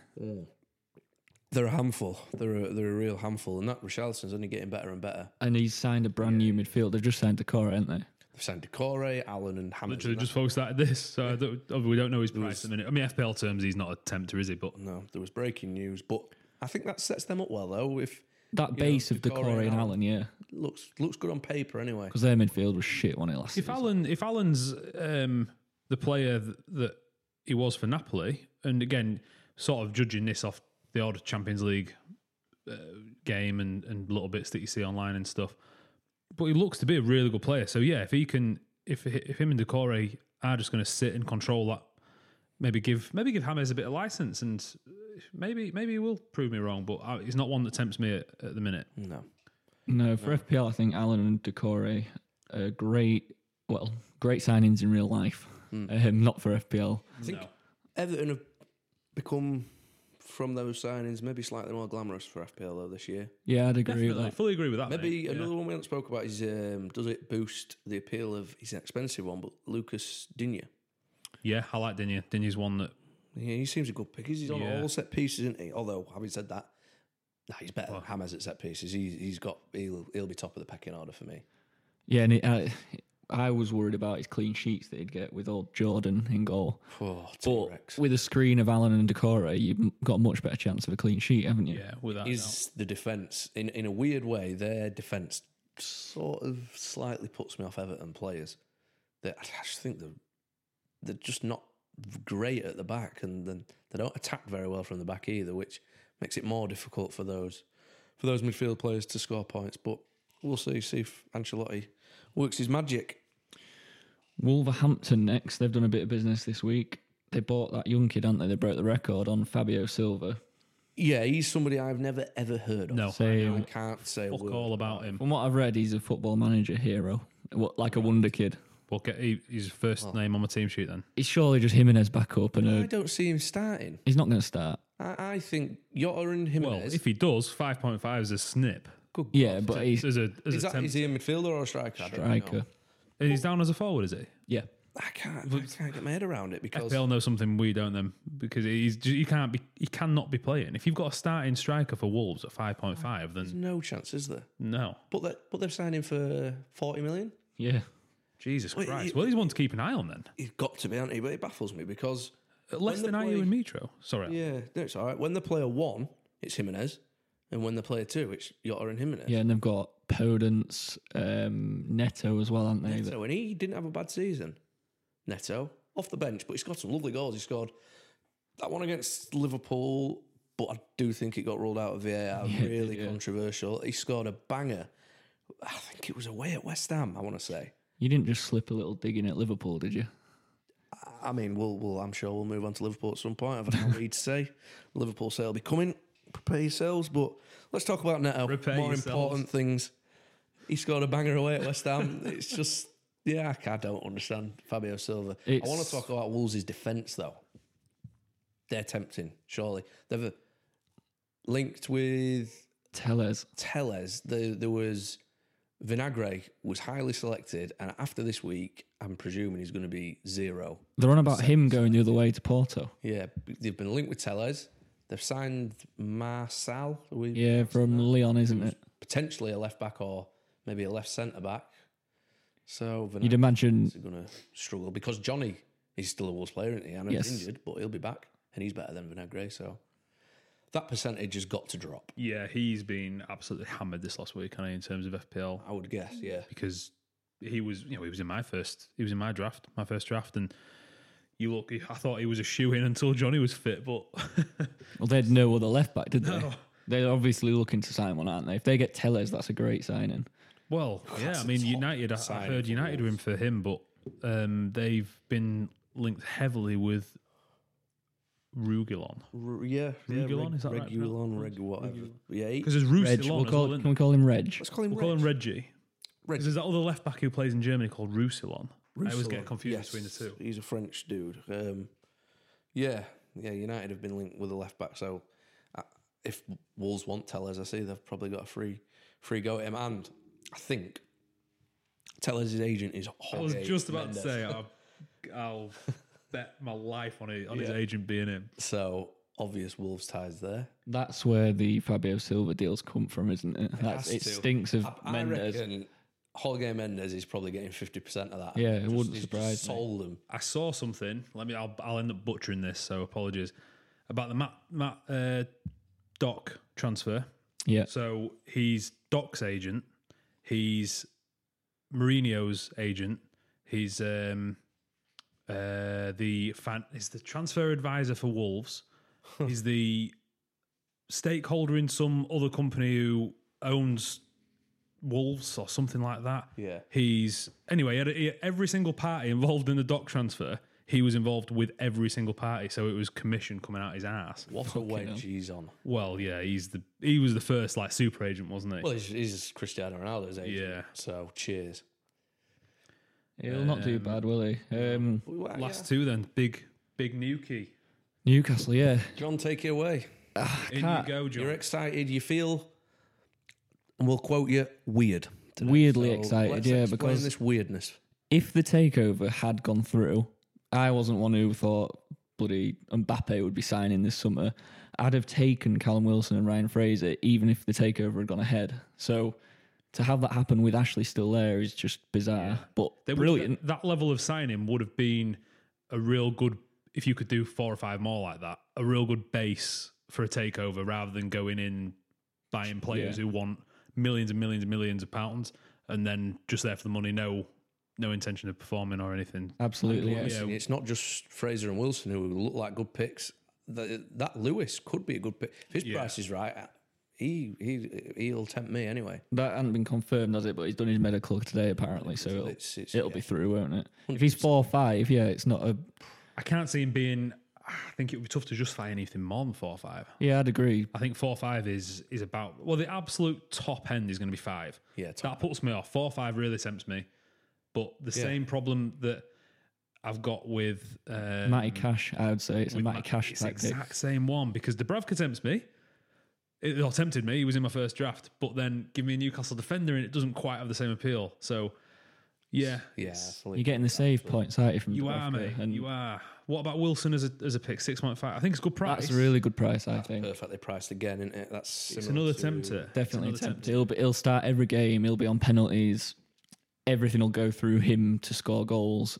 [SPEAKER 2] they're a handful. They're a, they're a real handful, and that Richarlison's only getting better and better.
[SPEAKER 3] And he's signed a brand new midfield. They've just signed Decore, haven't they?
[SPEAKER 2] They've signed Decore, Allen, and Hammond.
[SPEAKER 1] Literally just focused at this. So I don't, we don't know his price at the minute. I mean, FPL terms, he's not a tempter, is he? But
[SPEAKER 2] no, there was breaking news, but I think that sets them up well though. If
[SPEAKER 3] That
[SPEAKER 2] know,
[SPEAKER 3] base of
[SPEAKER 2] Decore
[SPEAKER 3] Decore and
[SPEAKER 2] and
[SPEAKER 3] Allen, yeah,
[SPEAKER 2] looks looks good on paper anyway.
[SPEAKER 3] because their midfield was shit when it last.
[SPEAKER 1] if Alan, if Alan's um, the player th- that he was for Napoli, and again, sort of judging this off the odd Champions League uh, game and, and little bits that you see online and stuff, but he looks to be a really good player. So yeah, if he can, if h- if him and Decore are just going to sit and control that, maybe give maybe give James a bit of license, and maybe maybe he will prove me wrong. But uh, he's not one that tempts me at, at the minute.
[SPEAKER 2] No,
[SPEAKER 3] No, for FPL, I think Allen and Decore are great. Well, great signings in real life.
[SPEAKER 1] Hmm.
[SPEAKER 3] Um, not for FPL.
[SPEAKER 2] I think Everton have become from those signings maybe slightly more glamorous for FPL though this year.
[SPEAKER 3] Yeah, I'd agree
[SPEAKER 1] Definitely,
[SPEAKER 3] with that.
[SPEAKER 1] fully agree with that.
[SPEAKER 2] Maybe
[SPEAKER 1] mate. Yeah.
[SPEAKER 2] another one we haven't spoke about is um, does it boost the appeal of he's an expensive one, but Lucas Digne.
[SPEAKER 1] Yeah, I like Dinya. Dinya's one that
[SPEAKER 2] Yeah, he seems a good pick. He's on
[SPEAKER 1] Yeah.
[SPEAKER 2] all set pieces, isn't he? Although having said that, nah, he's better than Hammers at set pieces. He's he's got he'll he'll be top of the pecking order for me.
[SPEAKER 3] Yeah, and it, I, I was worried about his clean sheets that he'd get with old Jordan in goal.
[SPEAKER 2] Oh,
[SPEAKER 3] But
[SPEAKER 2] T-Rex.
[SPEAKER 3] with a screen of Allen and Decore, you've m- got a much better chance of a clean sheet, haven't you?
[SPEAKER 1] Yeah, without a doubt.
[SPEAKER 2] is the defense in in a weird way? Their defense sort of slightly puts me off Everton players. That I just think they're they're just not great at the back, and then they don't attack very well from the back either, which makes it more difficult for those for those midfield players to score points. But we'll see. See if Ancelotti works his magic.
[SPEAKER 3] Wolverhampton next. They've done a bit of business this week. They bought that young kid, haven't they? They broke the record on Fabio Silva.
[SPEAKER 2] Yeah, he's somebody I've never ever heard of.
[SPEAKER 1] No,
[SPEAKER 3] Same.
[SPEAKER 2] I can't say a
[SPEAKER 1] fuck
[SPEAKER 2] word.
[SPEAKER 1] all about him.
[SPEAKER 3] From what I've read, he's a football manager hero, what, like a wonder kid.
[SPEAKER 1] But get, he, he's first name on my team sheet then.
[SPEAKER 3] It's surely just Jimenez back up, and
[SPEAKER 2] I
[SPEAKER 3] uh
[SPEAKER 2] don't see him starting.
[SPEAKER 3] he's not going to start.
[SPEAKER 2] I, I think Yotta and
[SPEAKER 1] Well,
[SPEAKER 2] Jimenez.
[SPEAKER 1] if he does, five point five is a snip.
[SPEAKER 2] Good
[SPEAKER 3] Yeah,
[SPEAKER 2] God.
[SPEAKER 3] but he's
[SPEAKER 1] As a, as
[SPEAKER 2] is,
[SPEAKER 1] a
[SPEAKER 2] that,
[SPEAKER 1] temp-
[SPEAKER 2] is he a midfielder or a striker? I don't know.
[SPEAKER 3] striker.
[SPEAKER 1] and he's down as a forward, is he?
[SPEAKER 3] Yeah,
[SPEAKER 2] I can't. I can't get my head around it because
[SPEAKER 1] They all know something we don't then because he's ju- he can't be he cannot be playing. If you've got a starting striker for Wolves at five point five, then
[SPEAKER 2] no chance is there.
[SPEAKER 1] no.
[SPEAKER 2] But they but they've signed him for forty million.
[SPEAKER 3] yeah.
[SPEAKER 1] Jesus
[SPEAKER 2] Wait,
[SPEAKER 1] Christ.
[SPEAKER 2] it-
[SPEAKER 1] well, he's one to keep an eye on then.
[SPEAKER 2] He's got to be, hasn't he? But it baffles me because
[SPEAKER 1] Less than
[SPEAKER 2] when the
[SPEAKER 1] Ayu
[SPEAKER 2] play-
[SPEAKER 1] and Mitro. Sorry.
[SPEAKER 2] yeah, no, it's all right. When the player one, it's Jimenez, and when the player two, it's Yotta and Jimenez.
[SPEAKER 3] Yeah, and they've got Podence, um, Neto as well, haven't they? that-
[SPEAKER 2] So and he didn't have a bad season. Neto off the bench, but he's got some lovely goals. He scored that one against Liverpool, but I do think it got ruled out of VAR. really controversial. He scored a banger. I think it was away at West Ham. I want to say.
[SPEAKER 3] You didn't just slip a little dig in at Liverpool, did you?
[SPEAKER 2] I mean, we'll, we'll, I'm sure we'll move on to Liverpool at some point. I've had no need to say Liverpool sale will be coming. Prepare yourselves, but let's talk about Neto.
[SPEAKER 1] Prepare
[SPEAKER 2] More
[SPEAKER 1] yourselves.
[SPEAKER 2] important things. He scored a banger away at West Ham. it's just, yeah, I, ca- I don't understand Fabio Silva. I
[SPEAKER 3] It's-
[SPEAKER 2] want to talk about Wolves' defence though. They're tempting, surely. They've uh, linked with
[SPEAKER 3] Teles.
[SPEAKER 2] Teles, the, there was Vinagre was highly selected, and after this week, I'm presuming he's going to be zero
[SPEAKER 3] They're on about him going the other way to Porto.
[SPEAKER 2] yeah, b- they've been linked with Tellez. They've signed Marcel, who is
[SPEAKER 3] Yeah, from Leon, isn't it?
[SPEAKER 2] potentially a left back or maybe a left centre back. So
[SPEAKER 3] You'd
[SPEAKER 2] Vinicius
[SPEAKER 3] imagine.
[SPEAKER 2] is going to struggle because Johnny is still a Wolves player, isn't he? I know he's
[SPEAKER 3] Yes.
[SPEAKER 2] injured, but he'll be back and he's better than Vinagre. So that percentage has got to drop,
[SPEAKER 1] Yeah, he's been absolutely hammered this last week, I in terms of FPL.
[SPEAKER 2] I would guess. Yeah.
[SPEAKER 1] because he was you know he was in my first he was in my draft my first draft and you look I thought he was a shoe in until Johnny was fit but
[SPEAKER 3] Well, they had no other left back, did they? They're obviously looking to sign one, aren't they? If they get Teles, that's a great signing.
[SPEAKER 1] well yeah I mean United I, I
[SPEAKER 2] signing
[SPEAKER 1] heard
[SPEAKER 2] for
[SPEAKER 1] United were in for him but um, they've been linked heavily with Rugilon
[SPEAKER 2] R- yeah. yeah
[SPEAKER 1] Regulon, is that right?
[SPEAKER 2] Regulon, Reg, whatever. Yeah. he-
[SPEAKER 1] because there's
[SPEAKER 3] Reg, we'll
[SPEAKER 1] Roussillon as
[SPEAKER 3] call,
[SPEAKER 1] well, isn't
[SPEAKER 3] can
[SPEAKER 1] there?
[SPEAKER 3] we call him Reg?
[SPEAKER 2] Let's call him
[SPEAKER 1] we'll call
[SPEAKER 2] Reg.
[SPEAKER 1] him Reggie
[SPEAKER 2] Reg.
[SPEAKER 1] 'Cause there's that other left back who plays in Germany called Roussillon I always get
[SPEAKER 2] Roussillon,
[SPEAKER 1] confused
[SPEAKER 2] yes.
[SPEAKER 1] between the two
[SPEAKER 2] He's a French dude. Um, yeah, yeah. United have been linked with a left back, so uh, if Wolves want Tellers, I see they've probably got a free free go at him. And I think Tellers' agent is.
[SPEAKER 1] I was just about to say I'll, I'll bet my life on, it, on his agent being him
[SPEAKER 2] So obvious Wolves ties there.
[SPEAKER 3] That's where the Fabio Silva deals come from, isn't it? That's,
[SPEAKER 2] has
[SPEAKER 3] it
[SPEAKER 2] to.
[SPEAKER 3] stinks of
[SPEAKER 2] I
[SPEAKER 3] Mendes.
[SPEAKER 2] reckon Jorge Mendes is probably getting fifty percent of that.
[SPEAKER 3] Yeah, it wouldn't
[SPEAKER 2] he's
[SPEAKER 3] surprise me.
[SPEAKER 2] Sold him.
[SPEAKER 1] I saw something. Let me. I'll, I'll end up butchering this, so apologies about the Matt Matt uh, Doc transfer.
[SPEAKER 3] Yeah.
[SPEAKER 1] So he's Doc's agent. He's Mourinho's agent. He's um, uh, the fan. He's the transfer advisor for Wolves. he's the stakeholder in some other company who owns Wolves or something like that.
[SPEAKER 2] Yeah.
[SPEAKER 1] He's anyway. he had- he- every single party involved in the doc transfer, he was involved with every single party. So it was commission coming out his ass.
[SPEAKER 2] What a wedge he's on.
[SPEAKER 1] Well, yeah, he's the he was the first like super agent, wasn't he?
[SPEAKER 2] Well, he's, he's Cristiano Ronaldo's agent.
[SPEAKER 1] Yeah.
[SPEAKER 2] So cheers.
[SPEAKER 3] He'll not do bad, will he? Um,
[SPEAKER 2] Well, yeah.
[SPEAKER 1] Last two then, big big Newkey.
[SPEAKER 3] Newcastle, yeah.
[SPEAKER 2] John, take it away.
[SPEAKER 1] In you go, John.
[SPEAKER 2] You're excited. You feel, and we'll quote you, weird. today.
[SPEAKER 3] Weirdly
[SPEAKER 2] So
[SPEAKER 3] excited,
[SPEAKER 2] let's
[SPEAKER 3] yeah,
[SPEAKER 2] explain
[SPEAKER 3] because-
[SPEAKER 2] this weirdness.
[SPEAKER 3] If the takeover had gone through, I wasn't one who thought bloody Mbappe would be signing this summer. I'd have taken Callum Wilson and Ryan Fraser, even if the takeover had gone ahead. So to have that happen with Ashley still there is just bizarre, but
[SPEAKER 1] They would-
[SPEAKER 3] brilliant.
[SPEAKER 1] That level of signing would have been a real good if you could do four or five more like that. A real good base for a takeover rather than going in buying players who want millions and millions and millions of pounds and then just there for the money, no no intention of performing or anything.
[SPEAKER 3] Uh, Absolutely. yeah.
[SPEAKER 1] Yeah.
[SPEAKER 2] It's not just Fraser and Wilson who look like good picks. That, that Lewis could be a good pick. If his price is right, he he he'll tempt me anyway.
[SPEAKER 3] That hasn't been confirmed, has it? But he's done his medical today, apparently. So it'll,
[SPEAKER 2] It's- it's-
[SPEAKER 3] it'll
[SPEAKER 2] yeah.
[SPEAKER 3] be through, won't it? If he's four five, yeah, it's not a.
[SPEAKER 1] I can't see him being. I think it would be tough to justify anything more than four or five.
[SPEAKER 3] Yeah, I'd agree.
[SPEAKER 1] I think four or five is is about well the absolute top end is going to be five.
[SPEAKER 2] Yeah,
[SPEAKER 1] that puts me off. Four or five really tempts me, but the same problem that I've got with uh,
[SPEAKER 3] Matty Cash, I would say it's a Matty Cash
[SPEAKER 1] it's the
[SPEAKER 3] tactic.
[SPEAKER 1] exact same one because Dubravka tempts me. It or tempted me. He was in my first draft, but then give me a Newcastle defender and it doesn't quite have the same appeal. So, yeah,
[SPEAKER 2] Yeah,
[SPEAKER 3] You're
[SPEAKER 2] absolutely.
[SPEAKER 3] getting the save points, aren't you? From
[SPEAKER 1] you are,
[SPEAKER 3] Dubravka?
[SPEAKER 1] mate.
[SPEAKER 3] and
[SPEAKER 1] you are. What about Wilson as a as a pick? Six point five. I think it's a good price.
[SPEAKER 3] that's a really good price, I think.
[SPEAKER 2] Perfectly priced again, isn't it? That's
[SPEAKER 1] It's
[SPEAKER 2] similar
[SPEAKER 1] another
[SPEAKER 2] to-
[SPEAKER 1] tempter.
[SPEAKER 3] Definitely
[SPEAKER 1] It's another
[SPEAKER 3] tempted. He'll, be- he'll start every game. He'll be on penalties. Everything will go through him to score goals.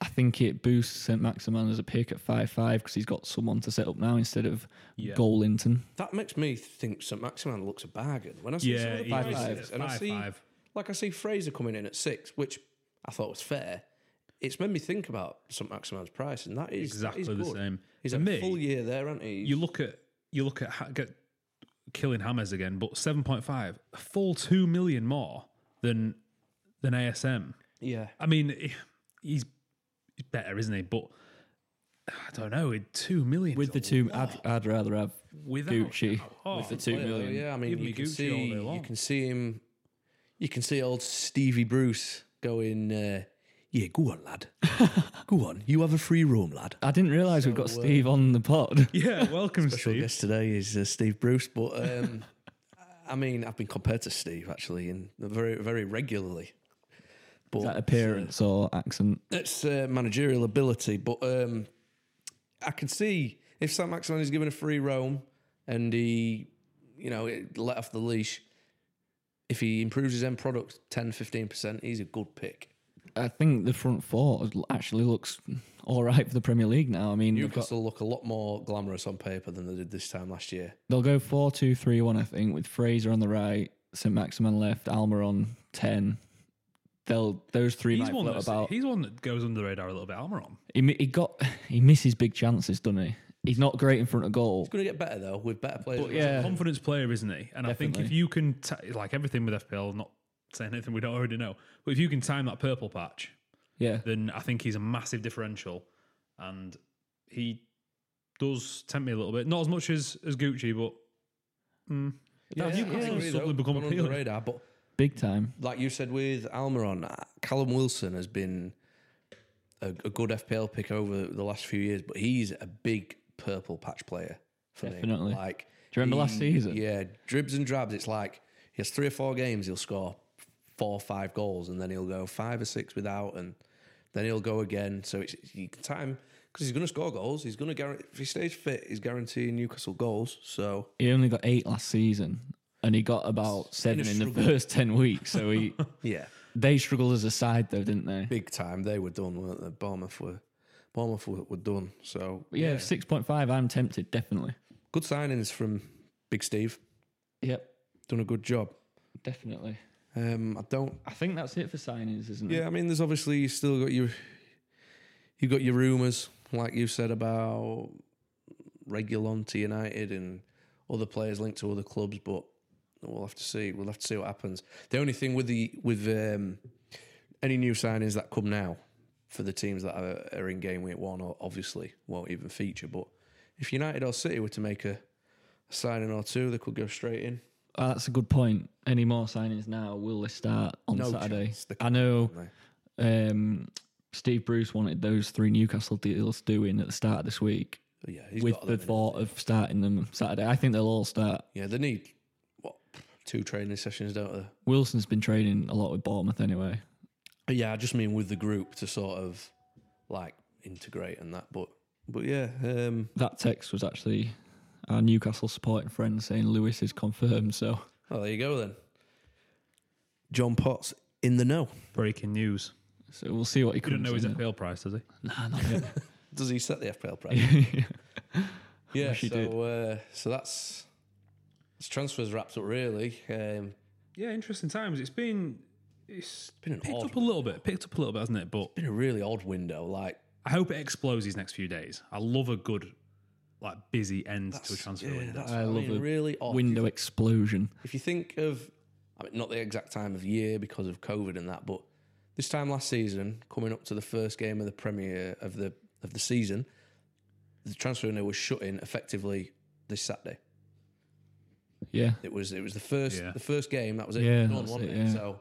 [SPEAKER 3] I think it boosts St. Maximan as a pick at 5 5 because he's got someone to set up now instead of
[SPEAKER 1] Yeah.
[SPEAKER 3] Golinton.
[SPEAKER 2] That makes me think St Maximan looks a bargain. When I see some
[SPEAKER 1] Yeah,
[SPEAKER 2] of the
[SPEAKER 1] he
[SPEAKER 3] five
[SPEAKER 1] was-
[SPEAKER 3] five.
[SPEAKER 2] prices, and I
[SPEAKER 1] five,
[SPEAKER 2] see
[SPEAKER 1] five.
[SPEAKER 2] like I see Fraser coming in at six, which I thought was fair. It's made me think about St Maximan's price, and that is that
[SPEAKER 1] exactly
[SPEAKER 2] is
[SPEAKER 1] the
[SPEAKER 2] good.
[SPEAKER 1] same.
[SPEAKER 2] He's
[SPEAKER 1] To
[SPEAKER 2] a
[SPEAKER 1] me,
[SPEAKER 2] full year there, aren't he?
[SPEAKER 1] you look at you look at ha- get killing hammers again, but seven point five, a full two million more than than ASM.
[SPEAKER 2] yeah,
[SPEAKER 1] I mean, he- he's he's better, isn't he? But I don't know. in Two million
[SPEAKER 3] With the two, I'd, I'd rather have
[SPEAKER 1] without
[SPEAKER 3] Gucci
[SPEAKER 1] Oh,
[SPEAKER 3] with the 2
[SPEAKER 2] Well,
[SPEAKER 3] million.
[SPEAKER 2] Yeah, I mean,
[SPEAKER 1] Give me
[SPEAKER 2] you can
[SPEAKER 1] Gucci all
[SPEAKER 2] see
[SPEAKER 1] day
[SPEAKER 2] you
[SPEAKER 1] long.
[SPEAKER 2] can see him. You can see old Stevie Bruce going. Uh, yeah, go on, lad. go on. You have a free roam, lad.
[SPEAKER 3] I didn't realise we've got Steve on the pod.
[SPEAKER 1] yeah, welcome,
[SPEAKER 2] Special
[SPEAKER 1] Steve.
[SPEAKER 2] guest today is uh, Steve Bruce, but um, I mean, I've been compared to Steve actually, and very, very regularly. But
[SPEAKER 3] Is that appearance or accent?
[SPEAKER 2] it's uh, managerial ability, but um, I can see if Sam Maximan is given a free roam and he, you know, it- let off the leash, if he improves his end product 10 15%, he's a good pick.
[SPEAKER 3] I think the front four actually looks all right for the Premier League now. I mean, they've got-
[SPEAKER 2] Newcastle look a lot more glamorous on paper than they did this time last year.
[SPEAKER 3] They'll go four, two, three, one. I think, with Fraser on the right, St. Maximan left, Almer on 10. They'll, those three
[SPEAKER 1] He's
[SPEAKER 3] might
[SPEAKER 1] one,
[SPEAKER 3] float
[SPEAKER 1] that's,
[SPEAKER 3] about. He,
[SPEAKER 1] he's one that goes under the radar a little bit. Almiron.
[SPEAKER 3] mi- he got he misses big chances, doesn't he? He's not great in front of goal.
[SPEAKER 2] Going to get better though with better players.
[SPEAKER 3] But yeah,
[SPEAKER 1] confidence player, isn't he? And I think if
[SPEAKER 3] Definitely.
[SPEAKER 1] you can, t- like everything with FPL, not saying anything we don't already know, but if you can time that purple patch,
[SPEAKER 3] yeah.
[SPEAKER 1] then I think he's a massive differential, and he does tempt me a little bit. Not as much as as Gucci, but mm,
[SPEAKER 2] Yeah,
[SPEAKER 1] Newcastle
[SPEAKER 2] I agree,
[SPEAKER 1] has
[SPEAKER 2] though.
[SPEAKER 1] suddenly become
[SPEAKER 2] Gone under the
[SPEAKER 1] appealing.
[SPEAKER 2] radar, but
[SPEAKER 3] big time.
[SPEAKER 2] like you said with Almiron, uh, Callum Wilson has been a, a good FPL pick over the last few years, but he's a big purple patch player for
[SPEAKER 3] Definitely.
[SPEAKER 2] me. Like,
[SPEAKER 3] Do you remember last season?
[SPEAKER 2] Yeah, dribs and drabs. It's like he has three or four games, he'll score four or five goals, and then he'll go five or six without, and then he'll go again. So it's you can time because he's going to score goals. He's going to guarantee if he stays fit, he's guaranteeing Newcastle goals. So
[SPEAKER 3] He only got eight last season, and he got about seven in the
[SPEAKER 2] struggle.
[SPEAKER 3] first ten weeks. So he
[SPEAKER 2] yeah,
[SPEAKER 3] they struggled as a side, though, didn't they?
[SPEAKER 2] big time. They were done, weren't they? Bournemouth were Bournemouth were, were done. So
[SPEAKER 3] But yeah, six point five. I'm tempted, definitely.
[SPEAKER 2] good signings from Big Steve.
[SPEAKER 3] Yep,
[SPEAKER 2] Done a good job.
[SPEAKER 3] definitely.
[SPEAKER 2] Um, I don't.
[SPEAKER 3] I think that's it for signings, isn't it?
[SPEAKER 2] Yeah, I mean, there's obviously you still got your you got your rumours, like you said about Regulon to United and other players linked to other clubs, but we'll have to see. We'll have to see what happens. The only thing with the with um, any new signings that come now for the teams that are, are in game week one, or obviously won't even feature. But if United or City were to make a, a signing or two, they could go straight in.
[SPEAKER 3] Uh, that's a good point. Any more signings now? Will they start on
[SPEAKER 2] No
[SPEAKER 3] Saturday?
[SPEAKER 2] chance. They
[SPEAKER 3] I know
[SPEAKER 2] can't,
[SPEAKER 3] um, Steve Bruce wanted those three Newcastle deals doing at the start of this week
[SPEAKER 2] But yeah, he's
[SPEAKER 3] with
[SPEAKER 2] got
[SPEAKER 3] the
[SPEAKER 2] them in.
[SPEAKER 3] thought of starting them Saturday. I think they'll all start.
[SPEAKER 2] Yeah, they need what two training sessions, don't they?
[SPEAKER 3] Wilson's been training a lot with Bournemouth anyway.
[SPEAKER 2] But yeah, I just mean with the group to sort of like integrate and that. But but yeah, um,
[SPEAKER 3] That text was actually our Newcastle supporting friend saying Lewis is confirmed. So
[SPEAKER 2] well there you go then. John Potts in the know.
[SPEAKER 1] Breaking news.
[SPEAKER 3] so we'll see what he
[SPEAKER 1] You don't
[SPEAKER 3] comes
[SPEAKER 1] know his
[SPEAKER 3] in.
[SPEAKER 1] FPL price, does he?
[SPEAKER 3] Nah, not yet.
[SPEAKER 2] Does he set the FPL price? yeah,
[SPEAKER 3] wish he did.
[SPEAKER 2] so uh, so that's it's transfers wrapped up really. Um,
[SPEAKER 1] Yeah, interesting times. It's been it's
[SPEAKER 2] been an
[SPEAKER 1] picked
[SPEAKER 2] odd
[SPEAKER 1] up a little bit, picked up a little bit, hasn't it? But
[SPEAKER 2] been a really odd window. Like
[SPEAKER 1] I hope it explodes these next few days. I love a good like busy end to a transfer
[SPEAKER 2] yeah,
[SPEAKER 1] window.
[SPEAKER 2] that's
[SPEAKER 3] I
[SPEAKER 2] what
[SPEAKER 3] love
[SPEAKER 2] mean,
[SPEAKER 3] a
[SPEAKER 2] really odd.
[SPEAKER 3] Window explosion.
[SPEAKER 2] If you think of, I mean, not the exact time of year because of COVID and that, but this time last season, coming up to the first game of the Premier of the of the season, the transfer window was shut in effectively this Saturday.
[SPEAKER 3] Yeah.
[SPEAKER 2] It was it was the first
[SPEAKER 1] Yeah.
[SPEAKER 2] the first game that was it.
[SPEAKER 3] Yeah,
[SPEAKER 2] Done,
[SPEAKER 3] that's
[SPEAKER 2] wasn't
[SPEAKER 3] it,
[SPEAKER 2] it?
[SPEAKER 3] yeah.
[SPEAKER 2] So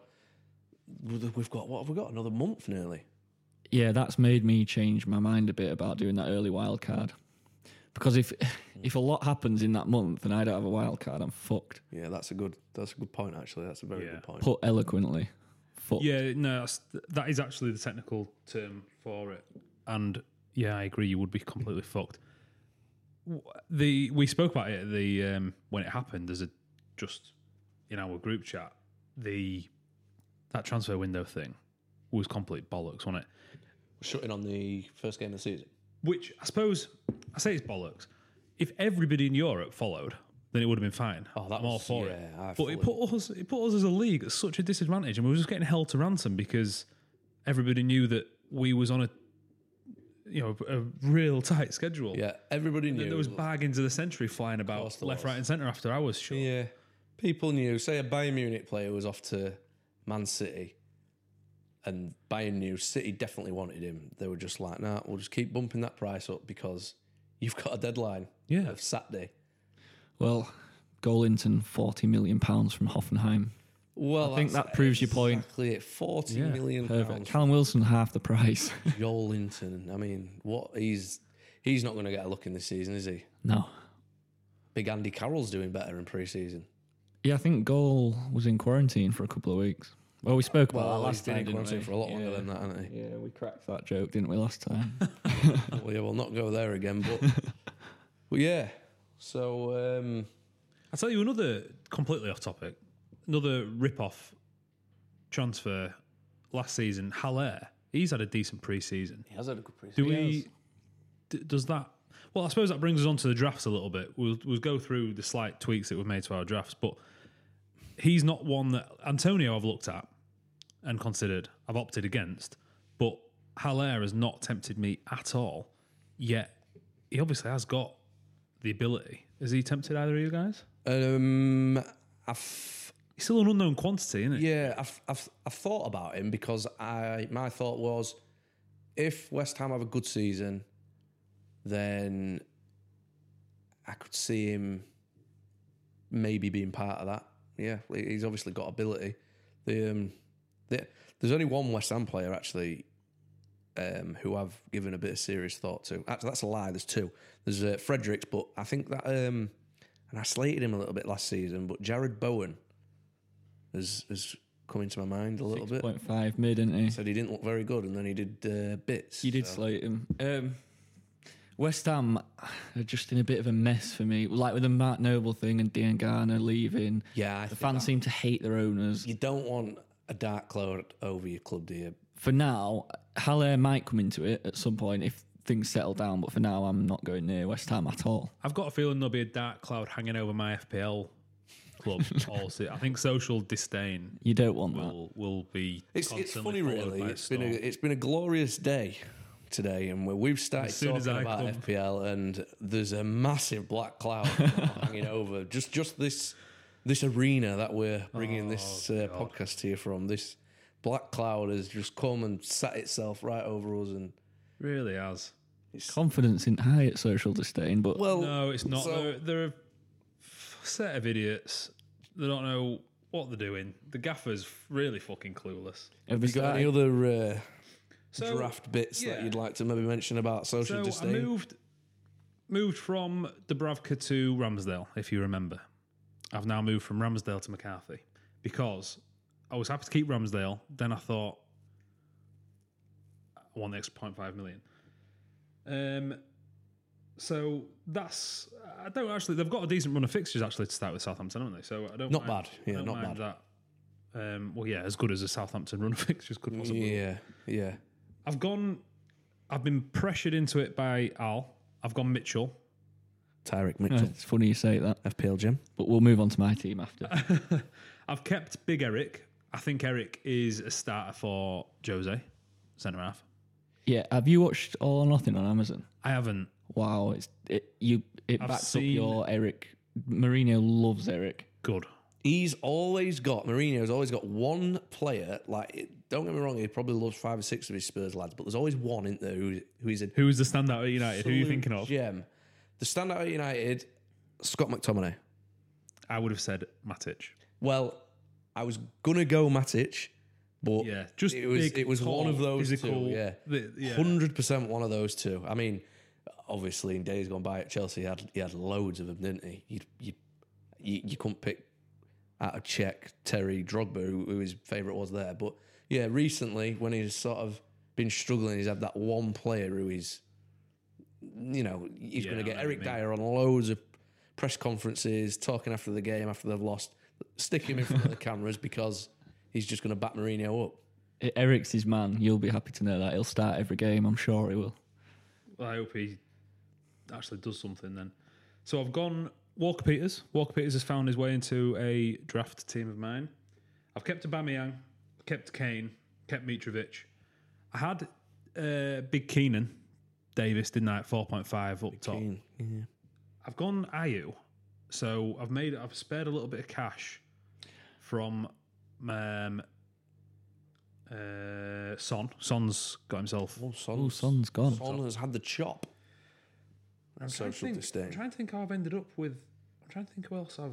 [SPEAKER 2] we've we've got what have we got another month nearly.
[SPEAKER 3] yeah, that's made me change my mind a bit about doing that early wild card. Because if if a lot happens in that month and I don't have a wild card, I'm fucked.
[SPEAKER 2] Yeah, that's a good that's a good point actually. That's a very
[SPEAKER 1] Yeah.
[SPEAKER 2] good point.
[SPEAKER 3] Put eloquently, fucked.
[SPEAKER 1] Yeah, no, that's, that is actually the technical term for it. And yeah, I agree. You would be completely fucked. W- The we spoke about it. The um, when it happened, there's a just in our group chat. The that transfer window thing was complete bollocks, wasn't it?
[SPEAKER 2] Shutting on the first game of the season.
[SPEAKER 1] Which I suppose I say it's bollocks. If everybody in Europe followed, then it would have been fine.
[SPEAKER 2] Oh, that
[SPEAKER 1] I'm all
[SPEAKER 2] was-
[SPEAKER 1] for it.
[SPEAKER 2] yeah, I
[SPEAKER 1] but it
[SPEAKER 2] fully-
[SPEAKER 1] put us it put us as a league at such a disadvantage, and we were just getting held to ransom because everybody knew that we was on a you know a real tight schedule.
[SPEAKER 2] Yeah, everybody knew
[SPEAKER 1] There was bargains of the century flying about
[SPEAKER 2] there
[SPEAKER 1] left,
[SPEAKER 2] was.
[SPEAKER 1] right, and centre after hours. Sure.
[SPEAKER 2] Yeah. People knew, say a Bayern Munich player was off to Man City and Bayern knew City definitely wanted him. They were just like, nah, we'll just keep bumping that price up because you've got a deadline
[SPEAKER 1] Yeah.
[SPEAKER 2] of Saturday.
[SPEAKER 3] Well, Golinton, forty million pounds from Hoffenheim.
[SPEAKER 2] Well,
[SPEAKER 3] I think
[SPEAKER 2] that's
[SPEAKER 3] that proves your point.
[SPEAKER 2] Exactly it. Forty
[SPEAKER 1] Yeah,
[SPEAKER 2] million
[SPEAKER 3] Perfect.
[SPEAKER 2] pounds.
[SPEAKER 3] Callum Wilson, half the price.
[SPEAKER 2] Joel Linton. I mean, what he's he's not going to get a look in this season, is he?
[SPEAKER 3] no.
[SPEAKER 2] Big Andy Carroll's doing better in pre-season.
[SPEAKER 3] Yeah, I think Goal was in quarantine for a couple of weeks. Well, we spoke about
[SPEAKER 2] Well,
[SPEAKER 3] that
[SPEAKER 2] he's
[SPEAKER 3] last
[SPEAKER 2] been
[SPEAKER 3] time.
[SPEAKER 2] in
[SPEAKER 3] didn't
[SPEAKER 2] quarantine
[SPEAKER 3] we?
[SPEAKER 2] for a lot longer
[SPEAKER 3] yeah.
[SPEAKER 2] than that, hasn't he?
[SPEAKER 3] Yeah, we cracked that joke, didn't we, last time?
[SPEAKER 2] well, yeah, we'll not go there again. But, but yeah, so um,
[SPEAKER 1] I'll tell you another completely off topic, another rip off transfer last season. Haller, he's had a decent pre season.
[SPEAKER 2] he has had a good pre-season.
[SPEAKER 1] Do we? D- does that? Well, I suppose that brings us on to the drafts a little bit. We'll, we'll go through the slight tweaks that we've made to our drafts, but he's not one that Antonio I've looked at and considered. I've opted against, but Haller has not tempted me at all. Yet he obviously has got the ability. Has he tempted either of you guys?
[SPEAKER 2] Um, I've
[SPEAKER 1] He's still an unknown quantity, isn't he?
[SPEAKER 2] yeah, I've, I've I've thought about him because I my thought was, if West Ham have a good season, then I could see him maybe being part of that. Yeah, he's obviously got ability. The, um, the, there's only one West Ham player actually um, who I've given a bit of serious thought to. Actually, that's a lie. There's two. There's uh, Fredericks, but I think that, um, and I slated him a little bit last season, but Jared Bowen has has come into my mind a little bit.
[SPEAKER 3] Point five mid, didn't he?
[SPEAKER 2] Said he didn't look very good, and then he did uh, bits.
[SPEAKER 3] You did
[SPEAKER 2] so-
[SPEAKER 3] slate him. Um, West Ham are just in a bit of a mess for me. Like with the Mark Noble thing and Dean Garner leaving,
[SPEAKER 2] Yeah, I
[SPEAKER 3] the
[SPEAKER 2] think
[SPEAKER 3] fans seem to hate their owners.
[SPEAKER 2] you don't want a dark cloud over your club, do you?
[SPEAKER 3] For now, Haller might come into it at some point if things settle down, but for now, I'm not going near West Ham at all.
[SPEAKER 1] I've got a feeling there'll be a dark cloud hanging over my FPL club. also, I think social disdain
[SPEAKER 3] You don't want that.
[SPEAKER 1] will will be.
[SPEAKER 2] It's, it's
[SPEAKER 1] constantly
[SPEAKER 2] funny,
[SPEAKER 1] followed
[SPEAKER 2] really.
[SPEAKER 1] by a
[SPEAKER 2] It's been a,
[SPEAKER 1] storm.
[SPEAKER 2] it's been a glorious day today, and we- we've started
[SPEAKER 1] As soon as
[SPEAKER 2] talking
[SPEAKER 1] I
[SPEAKER 2] about
[SPEAKER 1] come.
[SPEAKER 2] FPL, and there's a massive black cloud hanging over just just this this arena that we're bringing this
[SPEAKER 1] Oh,
[SPEAKER 2] uh, podcast here from. This black cloud has just come and sat itself right over us, and
[SPEAKER 1] really has.
[SPEAKER 3] Confidence in high at social disdain, but
[SPEAKER 2] well,
[SPEAKER 1] No, it's not.
[SPEAKER 2] So-
[SPEAKER 1] they're, they're a f- set of idiots. They don't know what they're doing. The gaffer's really fucking clueless.
[SPEAKER 3] have we
[SPEAKER 2] you got any
[SPEAKER 3] started?
[SPEAKER 2] other uh,
[SPEAKER 1] So,
[SPEAKER 2] draft bits that
[SPEAKER 1] yeah.
[SPEAKER 2] you'd like to maybe mention about social
[SPEAKER 1] So I
[SPEAKER 2] disdain?
[SPEAKER 1] moved moved from Dubravka to Ramsdale, if you remember. I've now moved from Ramsdale to McCarthy because I was happy to keep Ramsdale. Then I thought I want the extra 0.5 million. Um, so that's I don't actually. They've got a decent run of fixtures actually to start with Southampton, haven't they? So I don't
[SPEAKER 2] Not
[SPEAKER 1] mind-
[SPEAKER 2] bad. Yeah,
[SPEAKER 1] I don't
[SPEAKER 2] not
[SPEAKER 1] mind That. Um, well, yeah, as good as a Southampton run of fixtures could possibly be.
[SPEAKER 2] Yeah, yeah.
[SPEAKER 1] I've gone. I've been pressured into it by Al. I've gone Mitchell.
[SPEAKER 2] Tyrek
[SPEAKER 3] Yeah,
[SPEAKER 2] Mitchell,
[SPEAKER 3] it's funny you say that,
[SPEAKER 2] FPL Jim.
[SPEAKER 3] but we'll move on to my team after.
[SPEAKER 1] I've kept Big Eric. I think Eric is a starter for Jose, centre half.
[SPEAKER 3] yeah, have you watched All or Nothing on Amazon?
[SPEAKER 1] I haven't.
[SPEAKER 3] Wow, it's it, you. It
[SPEAKER 1] I've
[SPEAKER 3] backs
[SPEAKER 1] seen-
[SPEAKER 3] up your Eric. Mourinho loves Eric.
[SPEAKER 1] Good.
[SPEAKER 2] He's always got Mourinho's always got one player. Like, it- don't get me wrong, he probably loves five or six of his Spurs lads, but there's always one in there who who is a
[SPEAKER 1] Who was the standout at United? Who are you
[SPEAKER 2] absolute
[SPEAKER 1] thinking of?
[SPEAKER 2] Gem. The standout at United, Scott McTominay.
[SPEAKER 1] I would have said Matic.
[SPEAKER 2] Well, I was gonna go Matic, but
[SPEAKER 1] Yeah, just
[SPEAKER 2] it was
[SPEAKER 1] big,
[SPEAKER 2] it was one
[SPEAKER 1] tall,
[SPEAKER 2] of those
[SPEAKER 1] physical.
[SPEAKER 2] two. Yeah,
[SPEAKER 1] the- yeah.
[SPEAKER 2] hundred percent one of those two. I mean, obviously in days gone by at Chelsea, he had he had loads of them, didn't he? You you you, you couldn't pick out of Czech Terry Drogba, who, who his favourite was there. But yeah, recently when he's sort of been struggling, he's had that one player who is, you know, he's
[SPEAKER 1] Yeah,
[SPEAKER 2] going
[SPEAKER 1] I know
[SPEAKER 2] to get
[SPEAKER 1] what you
[SPEAKER 2] Eric
[SPEAKER 1] mean.
[SPEAKER 2] Dyer on loads of press conferences, talking after the game after they've lost, stick him in front of the cameras because he's just going to bat Mourinho up.
[SPEAKER 3] E- Eric's his man. You'll be happy to know that he'll start every game. I'm sure he will.
[SPEAKER 1] Well, I hope he actually does something then. So I've gone Walker Peters. Walker Peters has found his way into a draft team of mine. I've kept Aubameyang, kept Kane, kept Mitrovic. I had uh, Big Keenan Davis, didn't I, at 4.5 up top.
[SPEAKER 2] Keen, yeah.
[SPEAKER 1] I've gone Ayu, so I've made I've spared a little bit of cash from um, uh, Son. Son's got himself.
[SPEAKER 2] Oh, Son.
[SPEAKER 3] Oh, Son's gone.
[SPEAKER 2] Son has had the chop.
[SPEAKER 1] I'm trying,
[SPEAKER 2] social
[SPEAKER 1] to think,
[SPEAKER 2] disdain.
[SPEAKER 1] I'm trying to think how I've ended up with. I'm trying to think who else I've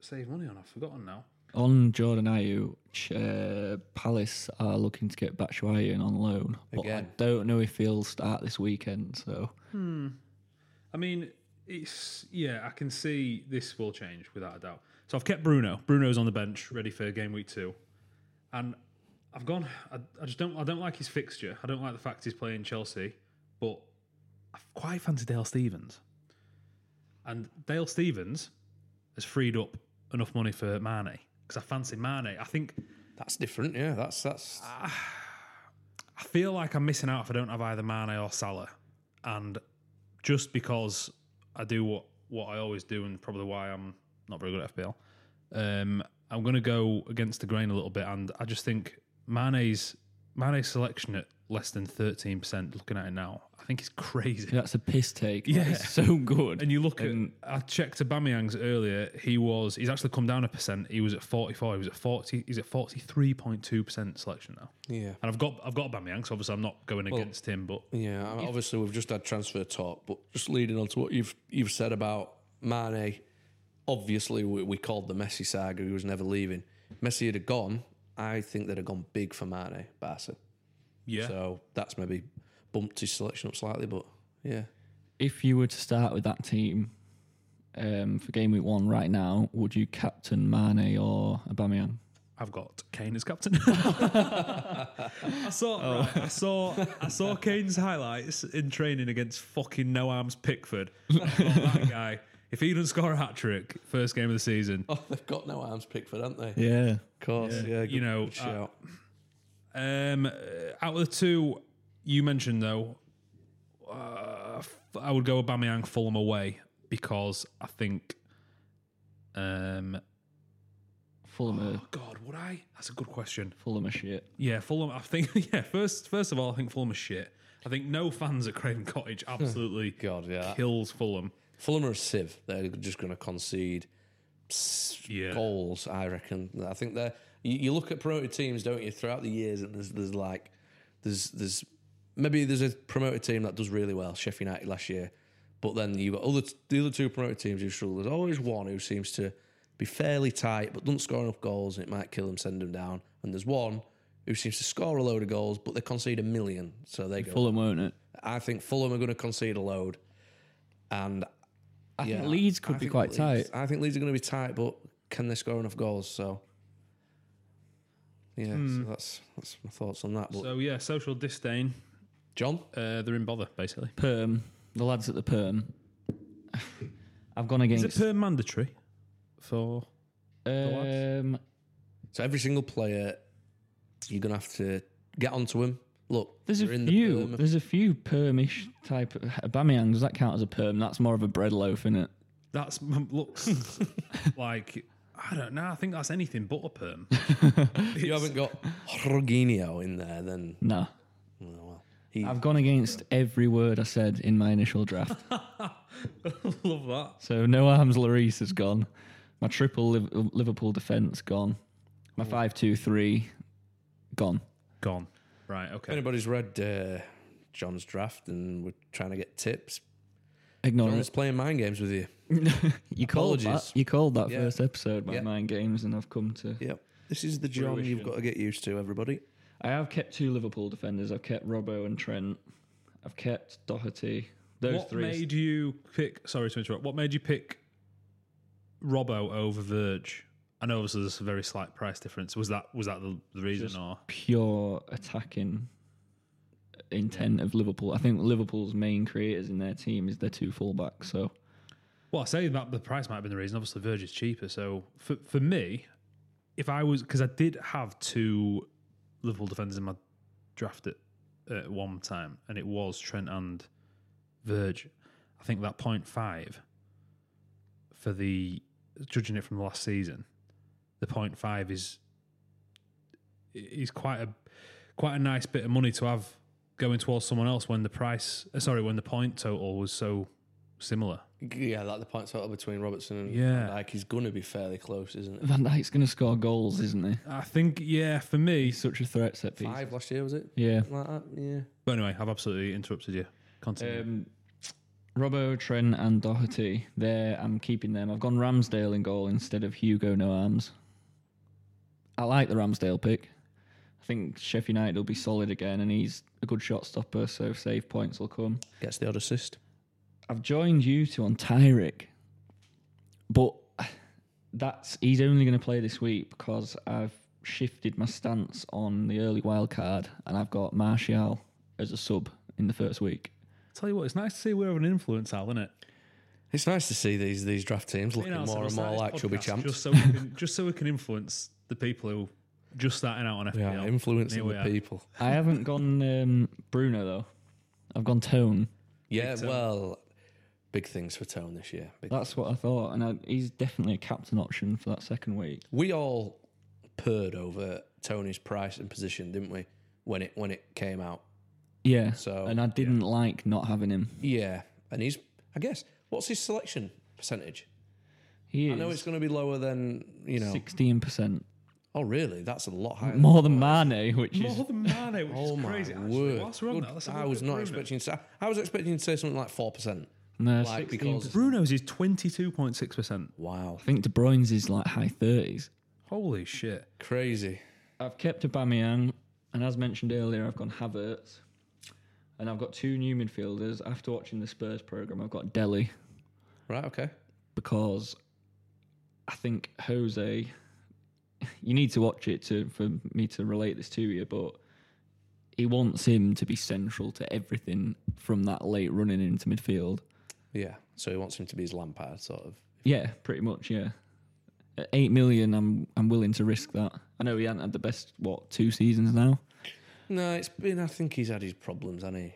[SPEAKER 1] saved money on. I've forgotten now.
[SPEAKER 3] On Jordan Ayew, ch- uh, Palace are looking to get Batshuayi in on loan, but
[SPEAKER 2] Again.
[SPEAKER 3] I don't know if he'll start this weekend. So
[SPEAKER 1] I mean, it's yeah. I can see this will change without a doubt. So I've kept Bruno. Bruno's on the bench, ready for game week two, and I've gone. I, I just don't. I don't like his fixture. I don't like the fact he's playing Chelsea, but I quite fancy Dale Stevens. And Dale Stevens has freed up enough money for Mane because I fancy Mane. I think
[SPEAKER 2] That's different, yeah. That's that's
[SPEAKER 1] I feel like I'm missing out if I don't have either Mane or Salah. And just because I do what, what I always do and probably why I'm not very good at FPL, um, I'm going to go against the grain a little bit. And I just think Mane's, Mane's selection at less than 13%, looking at it now, I think is crazy.
[SPEAKER 3] that's a piss take.
[SPEAKER 1] Yeah.
[SPEAKER 3] Yeah, so good.
[SPEAKER 1] And you look at,
[SPEAKER 3] And-
[SPEAKER 1] I checked Aubameyang's earlier. He was, he's actually come down a percent. He was at 44. He was at 40. He's at 43.2% selection now.
[SPEAKER 2] yeah.
[SPEAKER 1] And I've got I've got Aubameyang, so obviously I'm not going against him. But
[SPEAKER 2] Yeah, I mean, obviously we've just had transfer talk, but just leading on to what you've you've said about Mane, obviously we, we called the Messi saga. He was never leaving. Messi had gone. I think they'd have gone big for Mane, Barca.
[SPEAKER 1] yeah,
[SPEAKER 2] So that's maybe bumped his selection up slightly, but yeah,
[SPEAKER 3] if you were to start with that team um, for game week one right now, would you captain Mane or Aubameyang?
[SPEAKER 1] I've got Kane as captain. Oh. I saw right, I saw I saw Kane's highlights in training against fucking no arms Pickford. I thought, "Oh, that guy, if he doesn't score a hat trick first game of the season,
[SPEAKER 2] oh, they've got no arms Pickford, haven't they?
[SPEAKER 3] Yeah.
[SPEAKER 2] Of course, yeah. good,
[SPEAKER 1] You know,
[SPEAKER 2] good shout.
[SPEAKER 1] Um, uh, out of the two you mentioned, though, uh, f- I would go Aubameyang Fulham away because I think. Um,
[SPEAKER 3] Fulham are,
[SPEAKER 1] Oh, God, would I? That's a good question.
[SPEAKER 3] Fulham are shit.
[SPEAKER 1] Yeah, Fulham. I think yeah. First, first of all, I think Fulham is shit. I think no fans at Craven Cottage absolutely
[SPEAKER 2] God, yeah.
[SPEAKER 1] kills Fulham.
[SPEAKER 2] Fulham are a sieve. They're just going to concede s-
[SPEAKER 1] Yeah.
[SPEAKER 2] goals. I reckon. I think they're. You, you look at promoted teams, don't you? Throughout the years, and there's there's like there's there's maybe there's a promoted team that does really well, Sheffield United last year, but then you have got other the other two promoted teams who struggle. There's always one who seems to be fairly tight, but doesn't score enough goals, and it might kill them, send them down. And there's one who seems to score a load of goals, but they concede a million, so they go.
[SPEAKER 3] Fulham won't it?
[SPEAKER 2] I think Fulham are going to concede a load, and
[SPEAKER 3] I
[SPEAKER 2] Yeah,
[SPEAKER 3] think Leeds could
[SPEAKER 2] I
[SPEAKER 3] be
[SPEAKER 2] think
[SPEAKER 3] quite
[SPEAKER 2] Leeds-
[SPEAKER 3] tight.
[SPEAKER 2] I think Leeds are going to be tight, but can they score enough goals? So, yeah,
[SPEAKER 3] Hmm.
[SPEAKER 2] so that's that's my thoughts on that. But
[SPEAKER 1] So yeah, social disdain.
[SPEAKER 2] John,
[SPEAKER 1] Uh, they're in bother basically.
[SPEAKER 3] Perm, the lads at the Perm. I've gone
[SPEAKER 1] Is
[SPEAKER 3] against.
[SPEAKER 1] it per mandatory for? lads?
[SPEAKER 3] um,
[SPEAKER 2] so every single player, you're going to have to get onto him. Look,
[SPEAKER 3] there's
[SPEAKER 2] you're
[SPEAKER 3] a
[SPEAKER 2] in
[SPEAKER 3] few.
[SPEAKER 2] The perm.
[SPEAKER 3] there's a few permish type. Of, Aubameyang does that count as a perm? That's more of a bread loaf, isn't it?
[SPEAKER 1] That's looks like I don't know. I think that's anything but a perm.
[SPEAKER 2] If you haven't got Jorginho in there, then
[SPEAKER 3] Nah.
[SPEAKER 2] well, He,
[SPEAKER 3] I've gone against every word I said in my initial draft.
[SPEAKER 1] Love that.
[SPEAKER 3] so no arms Lloris has gone. My triple Liv- Liverpool defence gone. My five two three gone.
[SPEAKER 1] Gone. Right. Okay.
[SPEAKER 2] if anybody's read uh, John's draft and we're trying to get tips,
[SPEAKER 3] Ignore
[SPEAKER 2] John's
[SPEAKER 3] it.
[SPEAKER 2] playing mind games with you.
[SPEAKER 3] You called that.
[SPEAKER 2] Apologies.
[SPEAKER 3] You called that
[SPEAKER 2] Yeah.
[SPEAKER 3] first episode by
[SPEAKER 2] Yeah.
[SPEAKER 3] Mind Games, and I've come to.
[SPEAKER 2] Yep. This is the John
[SPEAKER 1] Fruition.
[SPEAKER 2] you've got to get used to, everybody.
[SPEAKER 3] I have kept two Liverpool defenders. I've kept Robbo and Trent. I've kept Doherty. Those
[SPEAKER 1] what
[SPEAKER 3] three.
[SPEAKER 1] made you pick? Sorry to interrupt. What made you pick Robbo over Verge? I know obviously there's a very slight price difference. Was that was that the, the reason or
[SPEAKER 3] pure attacking intent of Liverpool. I think Liverpool's main creators in their team is their two fullbacks. So
[SPEAKER 1] Well, I say that the price might have been the reason. Obviously, Verge is cheaper. So for for me, if I was because I did have two Liverpool defenders in my draft at, at one time, and it was Trent and Verge. I think that point five for the judging it from the last season, the point five is is quite a quite a nice bit of money to have going towards someone else when the price uh, sorry when the point total was so similar.
[SPEAKER 2] Yeah, like the point total between Robertson and
[SPEAKER 1] Yeah.
[SPEAKER 2] Like he's going to be fairly close, isn't it?
[SPEAKER 3] Van Dijk's going to score goals, isn't he?
[SPEAKER 1] I think, yeah, for me.
[SPEAKER 3] He's such a threat set piece.
[SPEAKER 2] Five last year, was it?
[SPEAKER 3] Yeah.
[SPEAKER 2] Like that? Yeah.
[SPEAKER 1] But anyway, I've absolutely interrupted you. Continue.
[SPEAKER 3] Um, Robbo, Trent, and Doherty. There, I'm keeping them. I've gone Ramsdale in goal instead of Hugo No Arms. I like the Ramsdale pick. I think Sheffield United will be solid again, and he's a good shot stopper, so save points will come.
[SPEAKER 2] Gets the odd assist.
[SPEAKER 3] I've joined you two on Tyrick, but that's he's only going to play this week because I've shifted my stance on the early wild card, and I've got Martial as a sub in the first week.
[SPEAKER 1] Tell you what, it's nice to see we're of an influence, Al, isn't it?
[SPEAKER 2] It's nice to see these these draft teams looking more and more like chubby champs.
[SPEAKER 1] Just so, we can, just so we can influence the people who just starting out on FPL.
[SPEAKER 2] yeah, influencing
[SPEAKER 1] Here we
[SPEAKER 2] the
[SPEAKER 1] are.
[SPEAKER 2] people.
[SPEAKER 3] I haven't gone um, Bruno though. I've gone Tone.
[SPEAKER 2] Yeah, well, big things for Tone this year. Big-
[SPEAKER 3] That's what I thought, and I, he's definitely a captain option for that second week.
[SPEAKER 2] We all purred over Tony's price and position, didn't we? When it when it came out.
[SPEAKER 3] Yeah.
[SPEAKER 2] So-
[SPEAKER 3] and I didn't like not having him.
[SPEAKER 2] Yeah, and he's I guess what's his selection percentage?
[SPEAKER 3] He
[SPEAKER 2] I know
[SPEAKER 3] is
[SPEAKER 2] it's going to be lower than you know.
[SPEAKER 3] sixteen percent
[SPEAKER 2] Oh, really? That's a lot higher.
[SPEAKER 3] more than Mane, which is
[SPEAKER 1] More than Mane, which
[SPEAKER 2] Oh
[SPEAKER 1] is
[SPEAKER 2] my
[SPEAKER 1] crazy. Actually,
[SPEAKER 2] word!
[SPEAKER 1] whilst we're on
[SPEAKER 2] Good-
[SPEAKER 1] that, let's have a
[SPEAKER 2] I
[SPEAKER 1] look
[SPEAKER 2] was
[SPEAKER 1] at
[SPEAKER 2] not
[SPEAKER 1] Bruno.
[SPEAKER 2] expecting. To, say- I was expecting to say something like four percent.
[SPEAKER 3] no,
[SPEAKER 2] Like
[SPEAKER 3] 16%.
[SPEAKER 2] because
[SPEAKER 1] Bruno's is 22.6%.
[SPEAKER 2] wow,
[SPEAKER 3] I think De Bruyne's is like high 30s.
[SPEAKER 1] Holy shit.
[SPEAKER 2] crazy.
[SPEAKER 3] I've kept Aubameyang, and as mentioned earlier, I've gone Havertz, and I've got two new midfielders. After watching the Spurs program, I've got Delhi
[SPEAKER 2] Right? Okay.
[SPEAKER 3] because I think Jose. You need to watch it to for me to relate this to you, but he wants him to be central to everything from that late running into midfield.
[SPEAKER 2] Yeah. So he wants him to be his Lampard sort of.
[SPEAKER 3] Yeah, pretty much. Yeah, At eight million. I'm I'm willing to risk that. I know he hasn't had the best what two seasons now,
[SPEAKER 2] No, it's been. I think he's had his problems, hasn't he?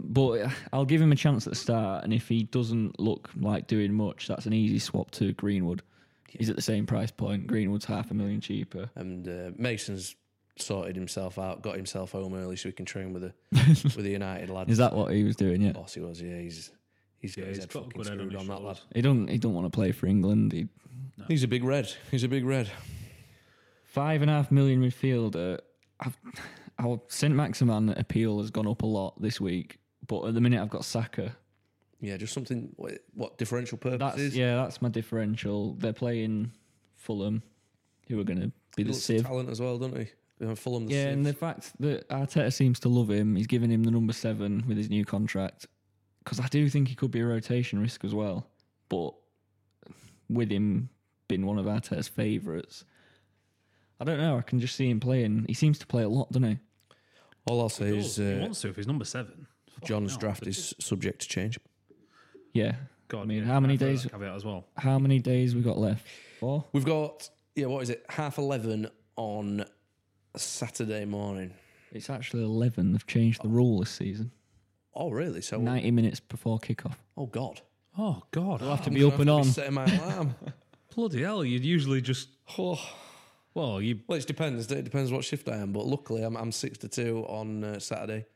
[SPEAKER 3] but I'll give him a chance at the start. And if he doesn't look like doing much, that's an easy swap to Greenwood. He's at the same price point. Greenwood's half a million cheaper.
[SPEAKER 2] And uh, Mason's sorted himself out, got himself home early so he can train with the with the United lads.
[SPEAKER 3] Is that what he was doing? Yeah,
[SPEAKER 2] boss he was? Yeah, he's he's got
[SPEAKER 1] Yeah,
[SPEAKER 2] his
[SPEAKER 1] he's
[SPEAKER 2] head
[SPEAKER 1] got a
[SPEAKER 2] fucking
[SPEAKER 1] good head on his
[SPEAKER 2] screwed on that lad.
[SPEAKER 1] shoulders.
[SPEAKER 3] he don't he don't want to play for England. He
[SPEAKER 2] He's a big red. He's a big red.
[SPEAKER 3] five and a half million midfielder. I've, our Saint Maximan appeal has gone up a lot this week, but at the minute I've got Saka.
[SPEAKER 2] Yeah, just something. What, what differential purposes?
[SPEAKER 3] That's yeah, that's my differential. They're playing Fulham, who are going to
[SPEAKER 2] He
[SPEAKER 3] be the
[SPEAKER 2] looks
[SPEAKER 3] sieve.
[SPEAKER 2] talent as well, doesn't he? You know, Fulham. The
[SPEAKER 3] Yeah,
[SPEAKER 2] sieve.
[SPEAKER 3] and the fact that Arteta seems to love him, he's giving him the number seven with his new contract. Because I do think he could be a rotation risk as well, but with him being one of Arteta's favourites, I don't know. I can just see him playing. He seems to play a lot, doesn't he?
[SPEAKER 2] All I'll say is
[SPEAKER 1] he
[SPEAKER 2] uh,
[SPEAKER 1] wants to if he's number seven. Fucking
[SPEAKER 2] John's
[SPEAKER 1] hell.
[SPEAKER 2] draft is subject to change.
[SPEAKER 3] Yeah.
[SPEAKER 1] God,
[SPEAKER 3] I mean,
[SPEAKER 1] yeah,
[SPEAKER 3] how many
[SPEAKER 1] I've heard
[SPEAKER 3] days?
[SPEAKER 1] that Caveat as well.
[SPEAKER 3] How many days we got left? Four.
[SPEAKER 2] We've got yeah, what is it? Half eleven on Saturday morning.
[SPEAKER 3] It's actually eleven. They've changed the rule this season.
[SPEAKER 2] Oh really? So
[SPEAKER 3] Ninety minutes before kickoff.
[SPEAKER 2] oh god,
[SPEAKER 1] Oh, God.
[SPEAKER 3] Have to be up and on.
[SPEAKER 2] Setting my alarm.
[SPEAKER 1] bloody hell. You'd usually just,
[SPEAKER 2] oh.
[SPEAKER 1] well, you
[SPEAKER 2] Well, it depends. It depends what shift I am. But luckily, I'm I'm six to two on uh, Saturday,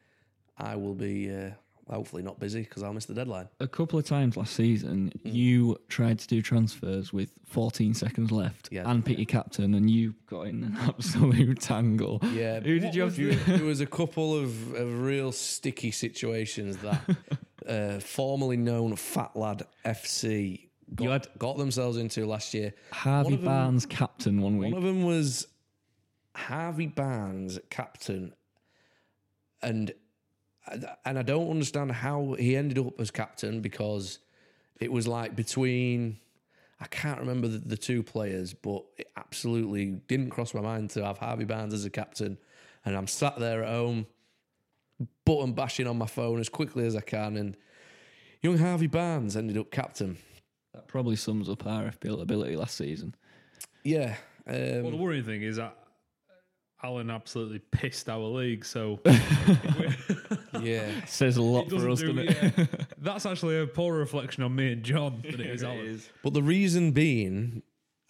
[SPEAKER 2] I will be uh, hopefully not busy because I'll miss the deadline.
[SPEAKER 3] A couple of times last season,
[SPEAKER 2] Mm.
[SPEAKER 3] you tried to do transfers with 14 seconds left
[SPEAKER 2] Yeah.
[SPEAKER 3] and Peter Captain, and you got in an absolute tangle.
[SPEAKER 2] Yeah.
[SPEAKER 3] Who did you have to?
[SPEAKER 2] there was a couple of, of real sticky situations that uh, formerly known Fat Lad FC got,
[SPEAKER 3] You had-
[SPEAKER 2] got themselves into last year.
[SPEAKER 3] Harvey
[SPEAKER 2] One of them-
[SPEAKER 3] Barnes, captain, one week.
[SPEAKER 2] One of them was Harvey Barnes, captain, and and I don't understand how he ended up as captain because it was like between I can't remember the, the two players, but it absolutely didn't cross my mind to have Harvey Barnes as a captain, and I'm sat there at home, button bashing on my phone as quickly as I can, and young Harvey Barnes ended up captain.
[SPEAKER 3] that probably sums up our FPL ability last season.
[SPEAKER 2] Yeah. Um,
[SPEAKER 1] Well, the worrying thing is that Alan absolutely pissed our league. So
[SPEAKER 2] yeah.
[SPEAKER 3] Says a lot for us,
[SPEAKER 1] do-
[SPEAKER 3] doesn't it?
[SPEAKER 1] yeah. that's actually a poor reflection on me and John than it is Alan.
[SPEAKER 2] But the reason being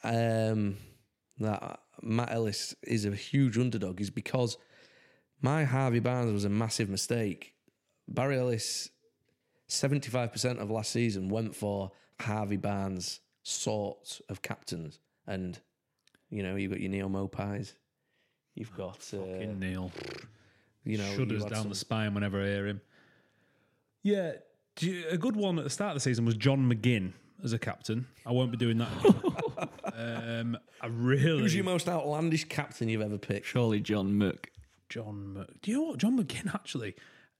[SPEAKER 2] um, that Matt Ellis is a huge underdog is because my Harvey Barnes was a massive mistake. Barry Ellis, 75% of last season went for Harvey Barnes' sort of captains. And, you know, you've got your Neil Mopies. You've got, uh,
[SPEAKER 1] Fucking Neil.
[SPEAKER 2] you know, you
[SPEAKER 1] shudders
[SPEAKER 2] had
[SPEAKER 1] down
[SPEAKER 2] some-
[SPEAKER 1] the spine whenever I hear him. Yeah, do you- a good one at the start of the season was John McGinn as a captain. I won't be doing that. again. um, I really
[SPEAKER 2] Who's your most outlandish captain you've ever picked?
[SPEAKER 3] Surely John Mook.
[SPEAKER 1] John. Mc- Do you know what John McGinn actually?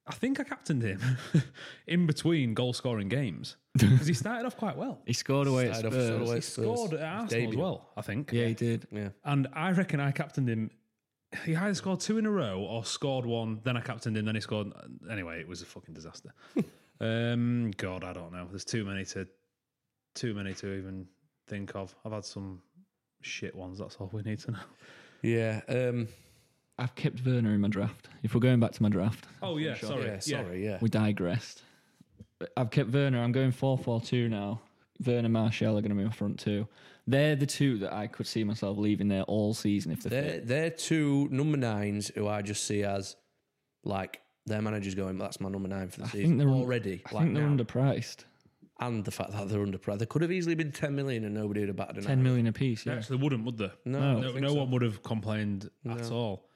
[SPEAKER 1] I think I captained him in between goal scoring games because he started off quite well.
[SPEAKER 3] He scored away at
[SPEAKER 2] Side off- side
[SPEAKER 3] Spurs.
[SPEAKER 2] away
[SPEAKER 1] He
[SPEAKER 2] at Spurs.
[SPEAKER 1] scored at
[SPEAKER 2] His
[SPEAKER 1] Arsenal as
[SPEAKER 2] debut.
[SPEAKER 1] well, I think.
[SPEAKER 3] Yeah, he did.
[SPEAKER 2] Yeah.
[SPEAKER 1] And I reckon I captained him. He either scored two in a row or scored one, then I captained him, then he scored. Anyway, it was a fucking disaster. um, God, I don't know. There's too many to, too many to even think of. I've had some shit ones. That's all we need to know.
[SPEAKER 2] Yeah. Um,
[SPEAKER 3] I've kept Werner in my draft. If we're going back to my draft,
[SPEAKER 1] Oh yeah, sorry,
[SPEAKER 2] yeah, sorry. Yeah.
[SPEAKER 3] we digressed. But I've kept Werner. I'm going 4 4 2 now. Werner Marshall are going to be my front two. They're the two that I could see myself leaving there all season if they're, fit.
[SPEAKER 2] They're, they're two number nines who I just see as like their manager's going, that's my number nine for the
[SPEAKER 3] I
[SPEAKER 2] season
[SPEAKER 3] think they're un-
[SPEAKER 2] already.
[SPEAKER 3] I
[SPEAKER 2] like
[SPEAKER 3] think they're
[SPEAKER 2] now.
[SPEAKER 3] underpriced.
[SPEAKER 2] and the fact that they're under pressure. They could have easily been 10 million and nobody would have batted an
[SPEAKER 3] 10
[SPEAKER 2] eye.
[SPEAKER 3] million apiece,
[SPEAKER 1] They
[SPEAKER 3] yeah.
[SPEAKER 1] actually wouldn't, would they?
[SPEAKER 2] No, I
[SPEAKER 1] no,
[SPEAKER 2] don't
[SPEAKER 1] no,
[SPEAKER 2] think so.
[SPEAKER 1] one would have complained at all.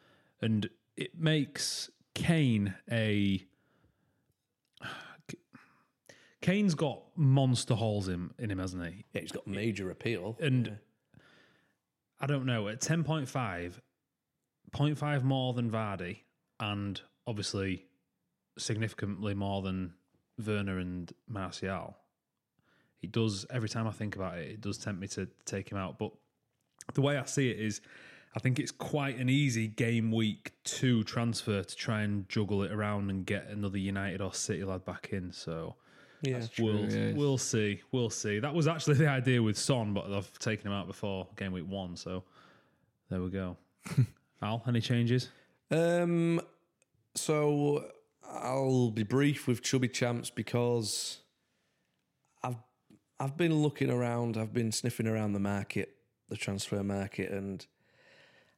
[SPEAKER 1] And it makes Kane a. Kane's got monster holes in, in him, hasn't he?
[SPEAKER 2] Yeah, he's got major appeal.
[SPEAKER 1] And I don't know, at 10.5, 0.5 more than Vardy, and obviously significantly more than Werner and Martial. It does, every time I think about it, it does tempt me to take him out. But the way I see it is, I think it's quite an easy game week two transfer to try and juggle it around and get another United or City lad back in. So
[SPEAKER 2] yeah.
[SPEAKER 1] We'll,
[SPEAKER 3] yeah.
[SPEAKER 1] we'll see. We'll see. That was actually the idea with Son, but I've taken him out before game week one. So there we go. Al, any changes?
[SPEAKER 2] Um, so I'll be brief with Chubby Champs because I've I've been looking around, I've been sniffing around the market, the transfer market, and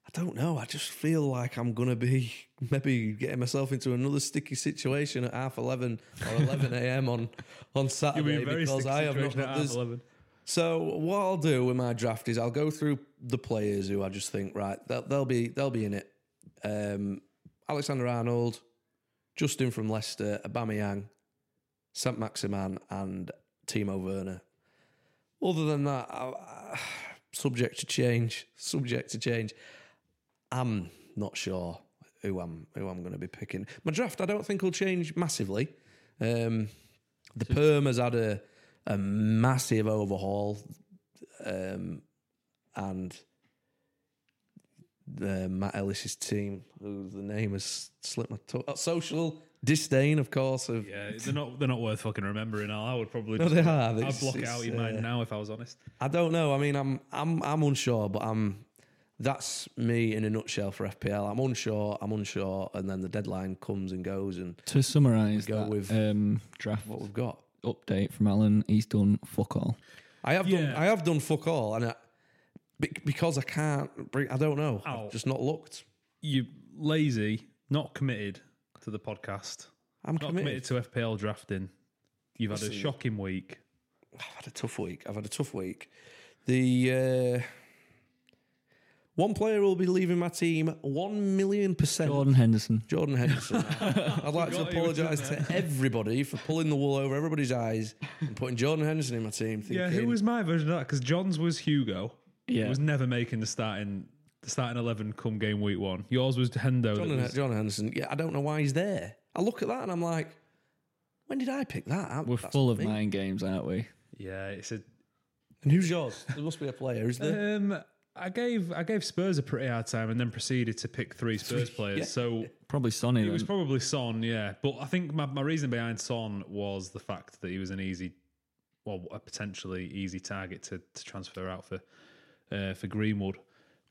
[SPEAKER 2] I don't know. I just feel like I'm gonna be maybe getting myself into another sticky situation at half eleven or eleven a.m. on on Saturday because I have not. there's- so what I'll do with my draft is I'll go through the players who I just think right they'll, they'll be they'll be in it. Um, Alexander Arnold, Justin from Leicester, Aubameyang, Saint Maximan, and Timo Werner. Other than that, I, I- subject to change. Subject to change. I'm not sure who I'm who I'm going to be picking. My draft I don't think will change massively. Um, the perm has had a a massive overhaul, um, and the Matt Ellis's team, who the name has slipped my tongue. oh, social disdain, of course. Of
[SPEAKER 1] Yeah, they're not. They're not worth fucking remembering. Al, I would probably.
[SPEAKER 2] No, they are.
[SPEAKER 1] I'd
[SPEAKER 2] It's-
[SPEAKER 1] block it
[SPEAKER 2] it's,
[SPEAKER 1] out your
[SPEAKER 2] uh,
[SPEAKER 1] mind now if I was honest.
[SPEAKER 2] I don't know. I mean, I'm I'm I'm unsure, but I'm that's me in a nutshell for FPL. I'm unsure. I'm unsure, and then the deadline comes and goes, and
[SPEAKER 3] To summarise
[SPEAKER 2] go
[SPEAKER 3] that
[SPEAKER 2] with-
[SPEAKER 3] um, draft
[SPEAKER 2] what we've got.
[SPEAKER 3] update from Alan, he's done fuck all.
[SPEAKER 2] I have done.
[SPEAKER 1] Yeah.
[SPEAKER 2] I have done fuck all, and I, be- because I can't. Bring, I don't know.
[SPEAKER 1] Ow.
[SPEAKER 2] I've just not looked.
[SPEAKER 1] You lazy, not committed to the podcast.
[SPEAKER 2] I'm
[SPEAKER 1] Not
[SPEAKER 2] committed.
[SPEAKER 1] committed to FPL drafting. You've had a
[SPEAKER 2] Listen.
[SPEAKER 1] shocking week.
[SPEAKER 2] I've had a tough week. I've had a tough week. The uh, one player will be leaving my team one million percent.
[SPEAKER 3] Jordan Henderson.
[SPEAKER 2] Jordan Henderson. I'd like
[SPEAKER 1] Forgot he
[SPEAKER 2] to
[SPEAKER 1] was in
[SPEAKER 2] apologise to everybody for pulling the wool over everybody's eyes and putting Jordan Henderson in my team. Thinking,
[SPEAKER 1] Yeah, who was my version of that? Because John's was Hugo.
[SPEAKER 3] Yeah.
[SPEAKER 1] He was never making the starting the starting eleven come game week one. Yours was Hendo. that
[SPEAKER 2] Jordan,
[SPEAKER 1] was-
[SPEAKER 2] Jordan Henderson? Yeah, I don't know why he's there. I look at that and I'm like, when did I pick that? I-
[SPEAKER 3] We're
[SPEAKER 2] that's
[SPEAKER 3] full of
[SPEAKER 2] me.
[SPEAKER 3] nine games, aren't we?
[SPEAKER 1] yeah, it's a
[SPEAKER 2] And who's yours? There must be a player, is there?
[SPEAKER 1] Um, I gave I gave Spurs a pretty hard time and then proceeded to pick three Spurs players. So
[SPEAKER 3] Probably Sonny.
[SPEAKER 1] it was
[SPEAKER 3] then.
[SPEAKER 1] probably Son, yeah. But I think my, my reason behind Son was the fact that he was an easy, well, a potentially easy target to, to transfer out for uh, for Greenwood.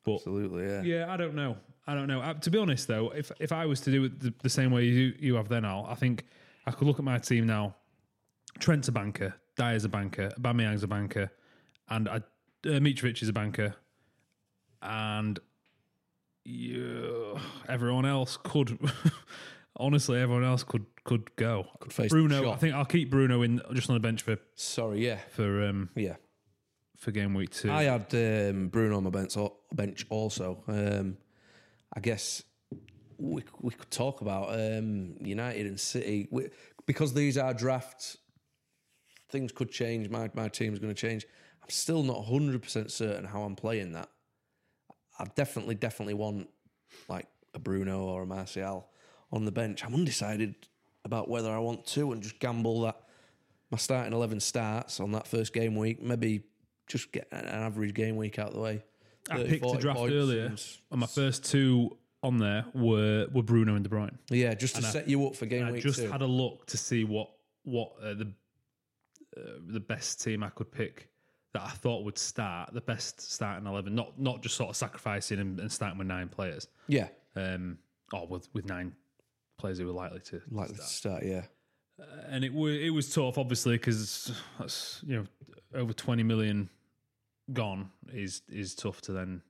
[SPEAKER 1] But
[SPEAKER 2] Absolutely, yeah.
[SPEAKER 1] yeah, I don't know. I don't know. Uh, to be honest, though, if if I was to do it the, the same way you you have then, Al, I think I could look at my team now. Trent's a banker, Dyer's a banker, Bamiyang's a banker, and I, uh, Mitrovic is a banker, and yeah, everyone else could. honestly, everyone else could could go. Could
[SPEAKER 2] face
[SPEAKER 1] Bruno.
[SPEAKER 2] shot.
[SPEAKER 1] I think I'll keep Bruno in just on the bench for
[SPEAKER 2] Sorry, yeah.
[SPEAKER 1] for um
[SPEAKER 2] Yeah.
[SPEAKER 1] for game week two.
[SPEAKER 2] I had um, Bruno on my bench, al- bench also. Um, I guess we, c- we could talk about um, United and City we, because these are drafts. Things could change. My my team's going to change. I'm still not 100 percent certain how I'm playing that. I definitely definitely want like a Bruno or a Martial on the bench. I'm undecided about whether I want to and just gamble that my starting 11 starts on that first game week. Maybe just get an an average game week out of the way.
[SPEAKER 1] I
[SPEAKER 2] 30,
[SPEAKER 1] picked a
[SPEAKER 2] 40
[SPEAKER 1] draft
[SPEAKER 2] points
[SPEAKER 1] earlier, and
[SPEAKER 2] seems-
[SPEAKER 1] my first two on there were were Bruno and De Bruyne.
[SPEAKER 2] Yeah, just to set you up for game
[SPEAKER 1] I
[SPEAKER 2] week
[SPEAKER 1] just
[SPEAKER 2] two.
[SPEAKER 1] had a look to see what what uh, the uh, the best team I could pick that I thought would start the best starting eleven, not not just sort of sacrificing and, and starting with nine players,
[SPEAKER 2] yeah,
[SPEAKER 1] um, or with with nine players who were likely to
[SPEAKER 2] like the start. Yeah,
[SPEAKER 1] and it was it was tough, obviously, because that's you know over twenty million gone is is tough to then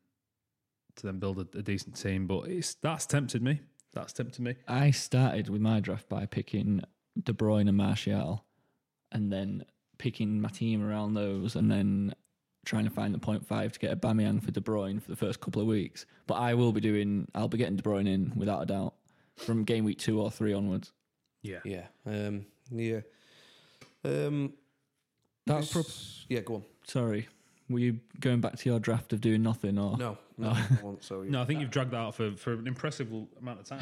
[SPEAKER 1] to then build a, a decent team. But it's that's tempted me. That's tempted me.
[SPEAKER 3] I started with my draft by picking De Bruyne and Martial, and then picking my team around those, and then trying to find the point five to get a Bamiyang for De Bruyne for the first couple of weeks. But I will be doing. I'll be getting De Bruyne in without a doubt from game week two or three onwards.
[SPEAKER 1] Yeah.
[SPEAKER 2] yeah, um, yeah. Um,
[SPEAKER 3] That's prob-
[SPEAKER 2] s- yeah, go on.
[SPEAKER 3] sorry. Were you going back to your draft of doing nothing or
[SPEAKER 2] No, no, I won't, so yeah.
[SPEAKER 1] No, I think you've dragged that out for, for an impressive l- amount of time.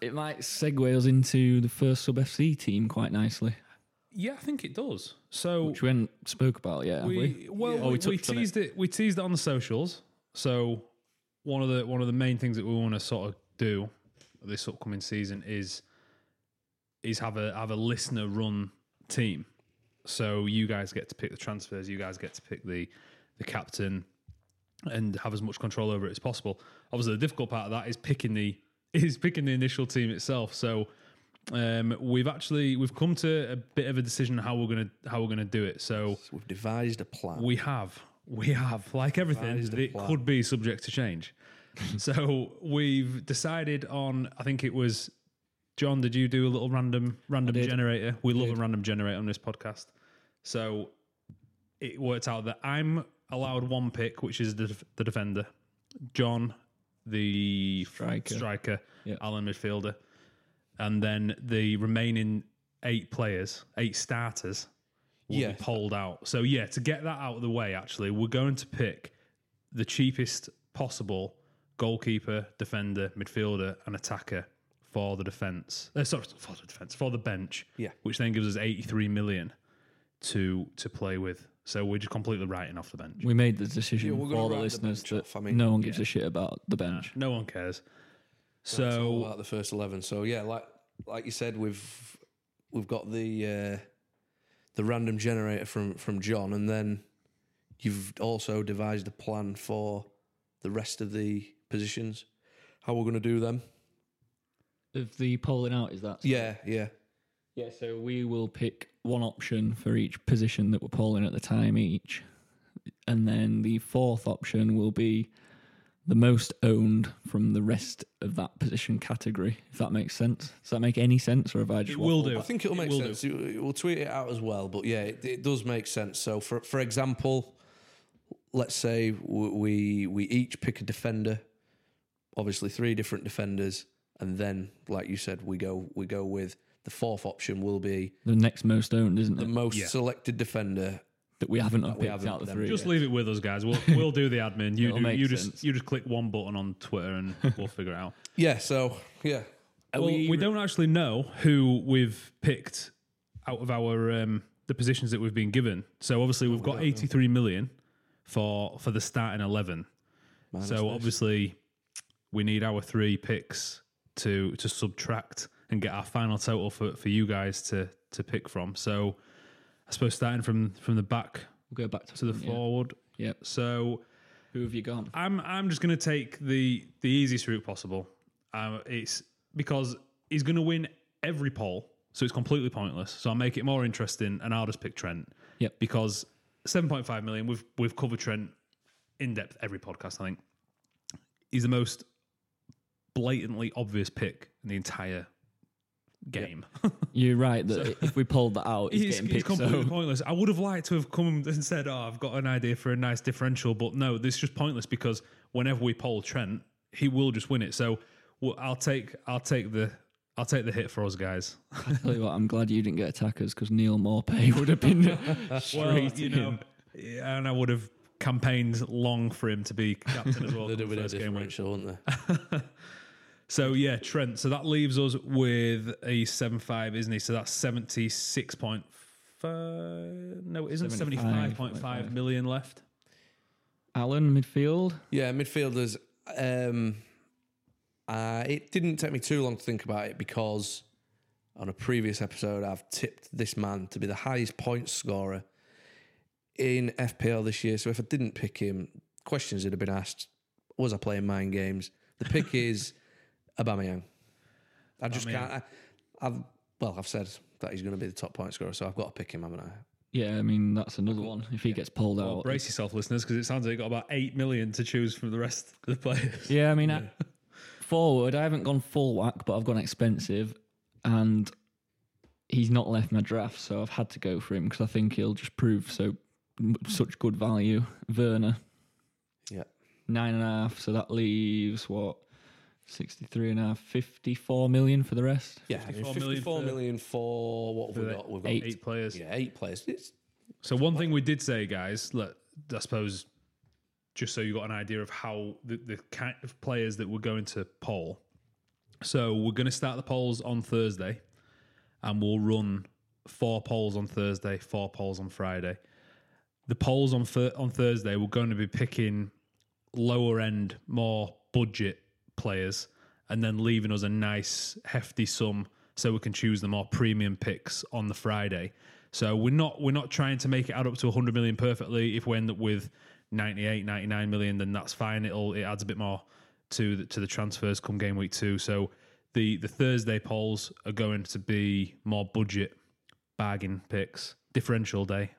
[SPEAKER 3] It might segue us into the first sub FC team quite nicely,
[SPEAKER 1] yeah, I think it does. So
[SPEAKER 3] which we haven't spoke about yet, have we?
[SPEAKER 1] we well
[SPEAKER 3] Oh,
[SPEAKER 1] we,
[SPEAKER 3] we
[SPEAKER 1] we
[SPEAKER 3] touched on it.
[SPEAKER 1] teased it. we teased it on the socials. So one of the one of the main things that we want to sort of do this upcoming season is is have a have a listener run team. So you guys get to pick the transfers, you guys get to pick the the captain and have as much control over it as possible. Obviously the difficult part of that is picking the is picking the initial team itself. So um, we've actually we've come to a bit of a decision how we're gonna how we're gonna do it. So
[SPEAKER 2] So we've devised a plan.
[SPEAKER 1] we have. We have. Like everything, it could be subject to change. so we've decided on, I think it was, John, did you do a little random random generator? We love a random generator on this podcast. So it worked out that I'm allowed one pick, which is the, def- the defender, John, the
[SPEAKER 3] Striker.
[SPEAKER 1] striker
[SPEAKER 3] Yeah.
[SPEAKER 1] Alan midfielder, and then the remaining eight players, eight starters, will
[SPEAKER 2] Yeah.
[SPEAKER 1] be polled out. So yeah, to get that out of the way, actually, we're going to pick the cheapest possible goalkeeper, defender, midfielder, and attacker for the defense. Uh, sorry, for the defense for the bench.
[SPEAKER 2] Yeah.
[SPEAKER 1] which then gives us eighty-three million to to play with. So we're just completely writing off the bench.
[SPEAKER 3] We made the decision
[SPEAKER 2] Yeah, we're
[SPEAKER 3] for
[SPEAKER 2] gonna
[SPEAKER 3] all the
[SPEAKER 2] write the
[SPEAKER 3] listeners
[SPEAKER 2] bench
[SPEAKER 3] that
[SPEAKER 2] off, I mean,
[SPEAKER 3] no one gives a shit about the bench.
[SPEAKER 1] No one cares.
[SPEAKER 2] It's all uh,
[SPEAKER 1] So
[SPEAKER 2] about the first eleven. So yeah, like like you said, we've we've got the uh, the random generator from from John, and then you've also devised a plan for the rest of the positions. How we're going to do them?
[SPEAKER 3] If the polling out is that,
[SPEAKER 2] Yeah, yeah,
[SPEAKER 3] yeah. So we will pick one option for each position that we're polling at the time each, and then the fourth option will be the most owned from the rest of that position category. If that makes sense, does that make any sense, or have I just
[SPEAKER 1] It will
[SPEAKER 3] waffled?
[SPEAKER 1] do.
[SPEAKER 2] I think it'll
[SPEAKER 1] It
[SPEAKER 2] make
[SPEAKER 1] will
[SPEAKER 2] sense. You- We'll tweet it out as well, but yeah, it, it does make sense. So, for for example, let's say w- we we each pick a defender, obviously three different defenders, and then, like you said, we go we go with the fourth option will be
[SPEAKER 3] The next most owned, isn't
[SPEAKER 2] the
[SPEAKER 3] it?
[SPEAKER 2] most
[SPEAKER 1] Yeah.
[SPEAKER 2] selected defender.
[SPEAKER 3] That we haven't
[SPEAKER 2] we
[SPEAKER 3] picked
[SPEAKER 2] haven't
[SPEAKER 3] out the
[SPEAKER 2] done.
[SPEAKER 3] three.
[SPEAKER 1] Just leave it with us, guys. We'll we'll do the admin. You
[SPEAKER 3] It'll
[SPEAKER 1] do,
[SPEAKER 3] make
[SPEAKER 1] you
[SPEAKER 3] sense.
[SPEAKER 1] just you just click one button on Twitter and we'll figure it out.
[SPEAKER 2] Yeah. So yeah,
[SPEAKER 3] Are
[SPEAKER 1] well, we,
[SPEAKER 3] we-
[SPEAKER 1] don't actually know who we've picked out of our um, the positions that we've been given. So obviously we've got eighty three million for for the starting eleven. so obviously we need our three picks to to subtract and get our final total for, for you guys to to pick from. So I suppose starting from from the back
[SPEAKER 3] We'll go back to,
[SPEAKER 1] to the
[SPEAKER 3] front, yeah.
[SPEAKER 1] forward.
[SPEAKER 3] Yep.
[SPEAKER 1] So
[SPEAKER 3] Who have you gone?
[SPEAKER 1] I'm I'm just going to take the the easiest route possible. Um, it's because he's going to win every poll, so it's completely pointless. So I'll make it more interesting, and I'll just pick Trent.
[SPEAKER 3] Yep.
[SPEAKER 1] Because 7.5 million, we've we've covered Trent in depth every podcast. I think he's the most blatantly obvious pick in the entire game.
[SPEAKER 3] You're right that if we pulled that out, he's,
[SPEAKER 1] It's,
[SPEAKER 3] getting
[SPEAKER 1] it's
[SPEAKER 3] picked.
[SPEAKER 1] completely
[SPEAKER 3] So
[SPEAKER 1] pointless. I would have liked to have come and said, "Oh, I've got an idea for a nice differential," but no, this is just pointless because whenever we poll Trent, he will just win it. So well, I'll take, I'll take the, I'll take the hit for us guys.
[SPEAKER 3] I tell you what, I'm glad you didn't get attackers because Neil Morpay would have been straight
[SPEAKER 1] Well, you
[SPEAKER 3] in.
[SPEAKER 1] know, yeah, and I would have campaigned long for him to be captain as well.
[SPEAKER 2] they
[SPEAKER 1] come
[SPEAKER 2] do with a
[SPEAKER 1] first game week.
[SPEAKER 2] differential, wouldn't they?
[SPEAKER 1] So yeah, Trent. So that leaves us with a seven-five, isn't he? So that's seventy-six point five. No, it isn't seventy-five point five million left.
[SPEAKER 3] Allen midfield.
[SPEAKER 2] Yeah, midfielders. Um, uh, it didn't take me too long to think about it because on a previous episode, I've tipped this man to be the highest point scorer in FPL this year. So if I didn't pick him, questions would have been asked. Was I playing mind games? The pick is Aubameyang. I just
[SPEAKER 1] Aubameyang.
[SPEAKER 2] can't. I, I've well, I've said that he's going to be the top point scorer, so I've got to pick him, haven't I?
[SPEAKER 3] Yeah, I mean that's another one. If he gets pulled out,
[SPEAKER 1] Brace yourself, listeners, because it sounds like you've got about 8 million to choose from the rest of the players.
[SPEAKER 3] Yeah, I mean, I, forward, I haven't gone full whack, but I've gone expensive, and he's not left my draft, so I've had to go for him because I think he'll just prove so m- such good value. Werner,
[SPEAKER 2] Yeah.
[SPEAKER 3] nine and a half, so that leaves what 63 and a half, 54 million for the rest.
[SPEAKER 2] Yeah, I mean,
[SPEAKER 1] 54 million
[SPEAKER 2] 54
[SPEAKER 1] for-
[SPEAKER 2] million for what have we got? We've got
[SPEAKER 1] Eight, players.
[SPEAKER 2] Yeah, eight players. It's
[SPEAKER 1] So, one thing we did say, guys, look, I suppose just so you got an idea of how the, the kind of players that we're going to poll. So, we're going to start the polls on Thursday and we'll run four polls on Thursday, four polls on Friday. The polls on, Thur- on Thursday, we're going to be picking lower end, more budget players, and then leaving us a nice hefty sum so we can choose the more premium picks on the Friday. So we're not we're not trying to make it add up to 100 million perfectly. If we end up with 98, 99 million, then that's fine. It'll it adds a bit more to the, to the transfers come game week two. So the the Thursday polls are going to be more budget bargain picks, differential day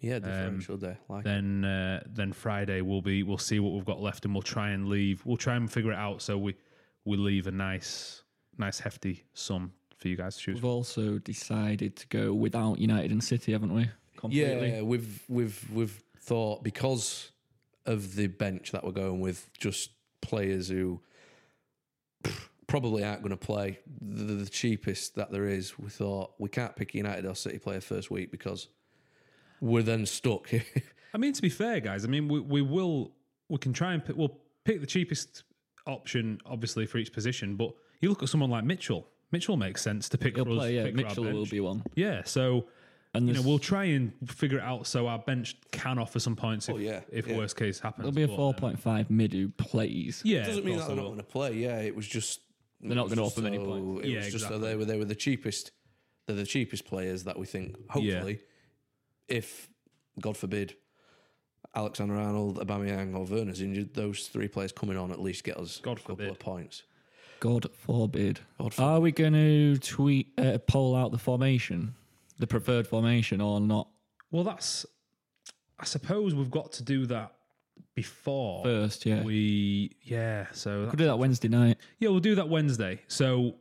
[SPEAKER 2] Yeah, differential day. Like
[SPEAKER 1] then uh, then Friday we'll be we'll see what we've got left and we'll try and leave we'll try and figure it out so we we leave a nice nice hefty sum for you guys to choose.
[SPEAKER 3] We've also decided to go without United and City, haven't we? Completely.
[SPEAKER 2] yeah, we've we've we've thought because of the bench that we're going with, just players who probably aren't going to play the, the cheapest that there is. We thought we can't pick a United or City player first week because we're then stuck.
[SPEAKER 1] I mean, to be fair, guys, I mean we we will we can try and pick, we'll pick the cheapest option obviously for each position, but you look at someone like Mitchell. Mitchell makes sense to pick
[SPEAKER 3] He'll
[SPEAKER 1] for us.
[SPEAKER 3] play. Yeah,
[SPEAKER 1] pick for our
[SPEAKER 3] Mitchell will
[SPEAKER 1] bench.
[SPEAKER 3] be one.
[SPEAKER 1] Yeah, so
[SPEAKER 3] And
[SPEAKER 1] you know
[SPEAKER 3] there's-
[SPEAKER 1] we'll try and figure it out so our bench can offer some points if,
[SPEAKER 2] yeah,
[SPEAKER 1] if
[SPEAKER 2] yeah.
[SPEAKER 1] worst case happens.
[SPEAKER 3] Oh, there'll be a
[SPEAKER 1] but, uh,
[SPEAKER 3] four point five mid who plays.
[SPEAKER 1] Yeah,
[SPEAKER 2] Doesn't
[SPEAKER 1] of
[SPEAKER 2] mean
[SPEAKER 1] course
[SPEAKER 2] that they're
[SPEAKER 1] they
[SPEAKER 2] not
[SPEAKER 1] will.
[SPEAKER 2] going to play. Yeah, it was just
[SPEAKER 3] They're
[SPEAKER 2] it
[SPEAKER 3] not
[SPEAKER 2] was
[SPEAKER 3] gonna
[SPEAKER 2] just
[SPEAKER 3] offer many
[SPEAKER 2] so-
[SPEAKER 3] points.
[SPEAKER 2] It
[SPEAKER 1] Yeah,
[SPEAKER 2] was just so
[SPEAKER 1] exactly.
[SPEAKER 2] they were they were the cheapest. They're the cheapest players that we think. Hopefully, if God forbid. Alexander Arnold, Aubameyang, or Werner's injured. Those three players coming on at least get us
[SPEAKER 1] God
[SPEAKER 2] a couple
[SPEAKER 1] forbid.
[SPEAKER 2] of points.
[SPEAKER 3] God forbid. Are we going to tweet uh, poll out the formation, the preferred formation, or not?
[SPEAKER 1] Well, that's. I suppose we've got to do that before
[SPEAKER 3] First, yeah. We
[SPEAKER 1] we yeah. So
[SPEAKER 3] could do that Wednesday night.
[SPEAKER 1] Yeah, we'll do that Wednesday. So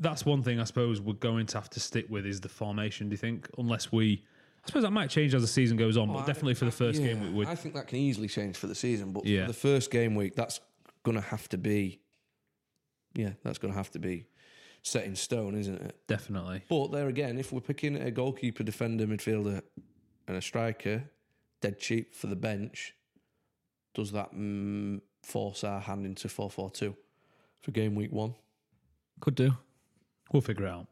[SPEAKER 1] that's one thing I suppose we're going to have to stick with is the formation. Do you think? Unless we, I suppose that might change as the season goes on, but definitely for the first game we would.
[SPEAKER 2] I think that can easily change for the season, but
[SPEAKER 1] Yeah.
[SPEAKER 2] for the first game week, that's going to have to be, yeah, that's going to have to be set in stone, isn't it?
[SPEAKER 1] definitely.
[SPEAKER 2] But there again, if we're picking a goalkeeper, defender, midfielder, and a striker, dead cheap for the bench, does that mm, force our hand into four four two for game week one?
[SPEAKER 3] Could do.
[SPEAKER 1] We'll figure it out.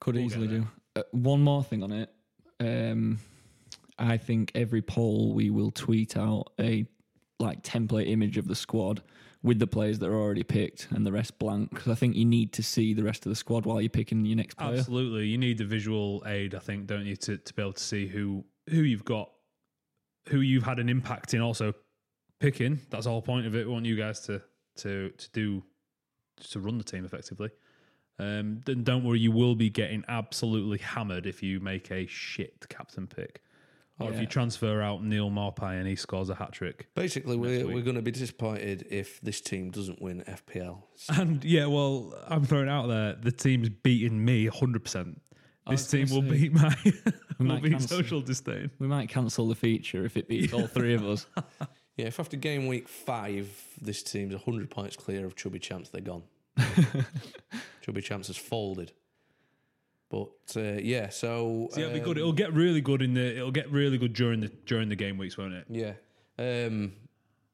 [SPEAKER 3] Could
[SPEAKER 1] We'll
[SPEAKER 3] easily
[SPEAKER 1] get there.
[SPEAKER 3] do. Uh, one more thing on it. Um, I think every poll we will tweet out a like template image of the squad with the players that are already picked and the rest blank because I think you need to see the rest of the squad while you're picking your next player.
[SPEAKER 1] Absolutely, you need the visual aid, I think, don't you, to, to be able to see who who you've got, who you've had an impact in. Also, picking. That's the whole point of it. We want you guys to to to do to run the team effectively. Um, then don't worry, you will be getting absolutely hammered if you make a shit captain pick, or if you
[SPEAKER 3] Yeah.
[SPEAKER 1] transfer out Neil Maupay and he scores a hat trick.
[SPEAKER 2] Basically, we're, we're going to be disappointed if this team doesn't win FPL.
[SPEAKER 1] And yeah, well, I'm throwing out there the team's beating me 100. percent This
[SPEAKER 3] was gonna
[SPEAKER 1] team will
[SPEAKER 3] say-
[SPEAKER 1] beat my will
[SPEAKER 3] might
[SPEAKER 1] beat
[SPEAKER 3] cancel.
[SPEAKER 1] social disdain.
[SPEAKER 3] We might cancel the feature if it beats all three of us.
[SPEAKER 2] Yeah, if after game week five, this team's 100 points clear of Chubby Champs, they're gone. Chubby Champs has folded. But uh, yeah, so.
[SPEAKER 1] Yeah, it'll be good.
[SPEAKER 2] um,
[SPEAKER 1] It'll get really good in the. It'll get really good during the during the game weeks, won't it?
[SPEAKER 2] Yeah. Um,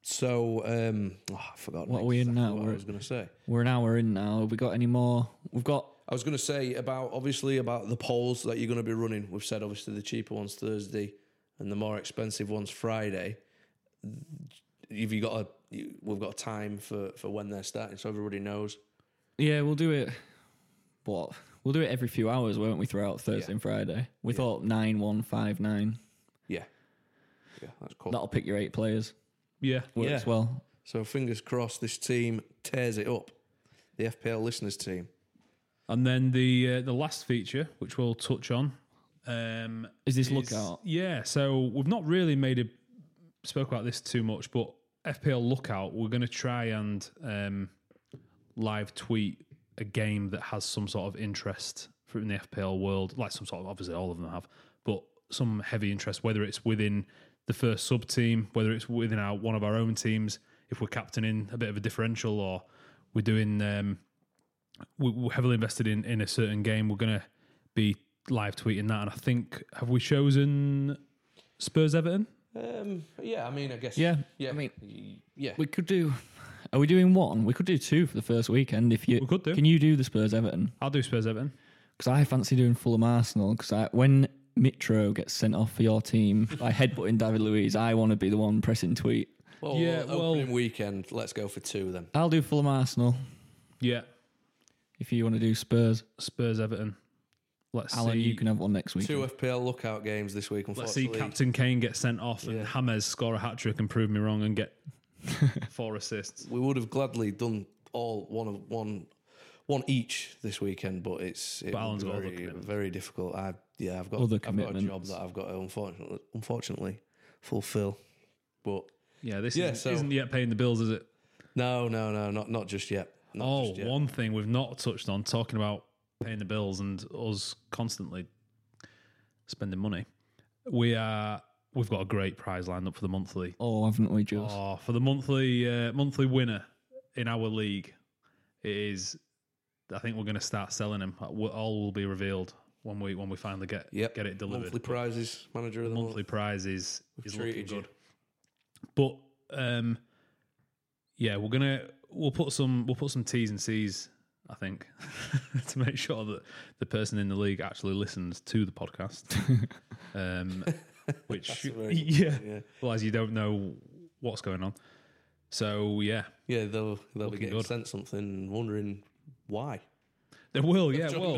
[SPEAKER 2] so um, oh, I forgot.
[SPEAKER 3] What are we in
[SPEAKER 2] exactly
[SPEAKER 3] now?
[SPEAKER 2] What I
[SPEAKER 3] We're-
[SPEAKER 2] was going to say.
[SPEAKER 3] We're an hour in now. Have we got any more? We've got
[SPEAKER 2] I was going to say about obviously about the polls that you're going to be running. We've said obviously the cheaper ones Thursday, and the more expensive ones Friday. If you got a, you, we've got a time for for when they're starting, so everybody knows.
[SPEAKER 3] Yeah, we'll do it. What? We'll do it every few hours, won't we? Throughout Thursday and Friday. We thought nine one five nine.
[SPEAKER 2] Yeah, yeah, that's cool.
[SPEAKER 3] That'll pick your eight players.
[SPEAKER 1] Yeah.
[SPEAKER 3] Works
[SPEAKER 2] Yeah.
[SPEAKER 3] well.
[SPEAKER 2] So fingers crossed, this team tears it up. The FPL listeners team.
[SPEAKER 1] And then the uh, the last feature, which we'll touch on, um,
[SPEAKER 3] Is this lookout?
[SPEAKER 1] Yeah. So we've not really made a spoke about this too much, but FPL lookout. We're going to try and um, live tweet a game that has some sort of interest from the FPL world, like some sort of obviously all of them have, but some heavy interest, whether it's within the first sub team, whether it's within our one of our own teams, if we're captaining a bit of a differential, or we're doing um, we- we're heavily invested in in a certain game. We're gonna be live tweeting that, and I think have we chosen Spurs Everton?
[SPEAKER 2] Um, yeah, I mean, I guess.
[SPEAKER 3] Yeah.
[SPEAKER 2] yeah.
[SPEAKER 3] I mean,
[SPEAKER 2] y- yeah.
[SPEAKER 3] we could do. Are we doing one? We could do two for the first weekend. If you
[SPEAKER 1] We could do.
[SPEAKER 3] Can you do the Spurs Everton?
[SPEAKER 1] I'll do Spurs Everton.
[SPEAKER 3] Because I fancy doing Fulham Arsenal. Because when Mitro gets sent off for your team by headbutting David Luiz, I want to be the one pressing tweet.
[SPEAKER 2] Well,
[SPEAKER 1] Yeah,
[SPEAKER 2] opening
[SPEAKER 1] well-
[SPEAKER 2] weekend. Let's go for two then.
[SPEAKER 3] I'll do Fulham Arsenal
[SPEAKER 1] Yeah,
[SPEAKER 3] if you want to do Spurs.
[SPEAKER 1] Spurs Everton. Let's
[SPEAKER 3] Alan,
[SPEAKER 1] see.
[SPEAKER 3] you can have one next week.
[SPEAKER 2] Two FPL lookout games this week.
[SPEAKER 1] Let's see
[SPEAKER 2] Unfortunately,
[SPEAKER 1] Captain Kane get sent off
[SPEAKER 2] Yeah.
[SPEAKER 1] and Hammers score a hat trick and prove me wrong and get four assists.
[SPEAKER 2] we would have gladly done all one of one, one each this weekend, but it's it
[SPEAKER 1] But
[SPEAKER 2] would
[SPEAKER 1] Alan's
[SPEAKER 2] be
[SPEAKER 1] got other
[SPEAKER 2] very,
[SPEAKER 1] commitments.
[SPEAKER 2] very difficult. I yeah, I've got
[SPEAKER 3] Other
[SPEAKER 2] I've got a job
[SPEAKER 3] commitments.
[SPEAKER 2] that I've got to unfortunately unfortunately fulfill. But
[SPEAKER 1] Yeah, this
[SPEAKER 2] Yeah,
[SPEAKER 1] isn't,
[SPEAKER 2] so-
[SPEAKER 1] isn't yet paying the bills, is it?
[SPEAKER 2] no, no, no, not not just yet. Not
[SPEAKER 1] Oh,
[SPEAKER 2] just yet.
[SPEAKER 1] one thing we've not touched on talking about paying the bills and us constantly spending money. We are we've got a great prize lined up for the monthly.
[SPEAKER 3] Oh, haven't we just?
[SPEAKER 1] Oh, for the monthly uh, monthly winner in our league, it is. I think we're going to start selling them. All will be revealed when we when we finally get
[SPEAKER 2] Yep.
[SPEAKER 1] get it delivered.
[SPEAKER 2] Monthly prizes, manager of the month.
[SPEAKER 1] Monthly prize is is looking
[SPEAKER 2] treated you.
[SPEAKER 1] good. But um, yeah, we're gonna we'll put some we'll put some T's and C's, I think, to make sure that the person in the league actually listens to the podcast. um, which
[SPEAKER 2] very good
[SPEAKER 1] yeah,
[SPEAKER 2] point, yeah.
[SPEAKER 1] well as you don't know what's going on. So yeah,
[SPEAKER 2] Yeah, they'll they'll be
[SPEAKER 1] Looking
[SPEAKER 2] getting
[SPEAKER 1] good.
[SPEAKER 2] sent something, and wondering why.
[SPEAKER 1] there will yeah well.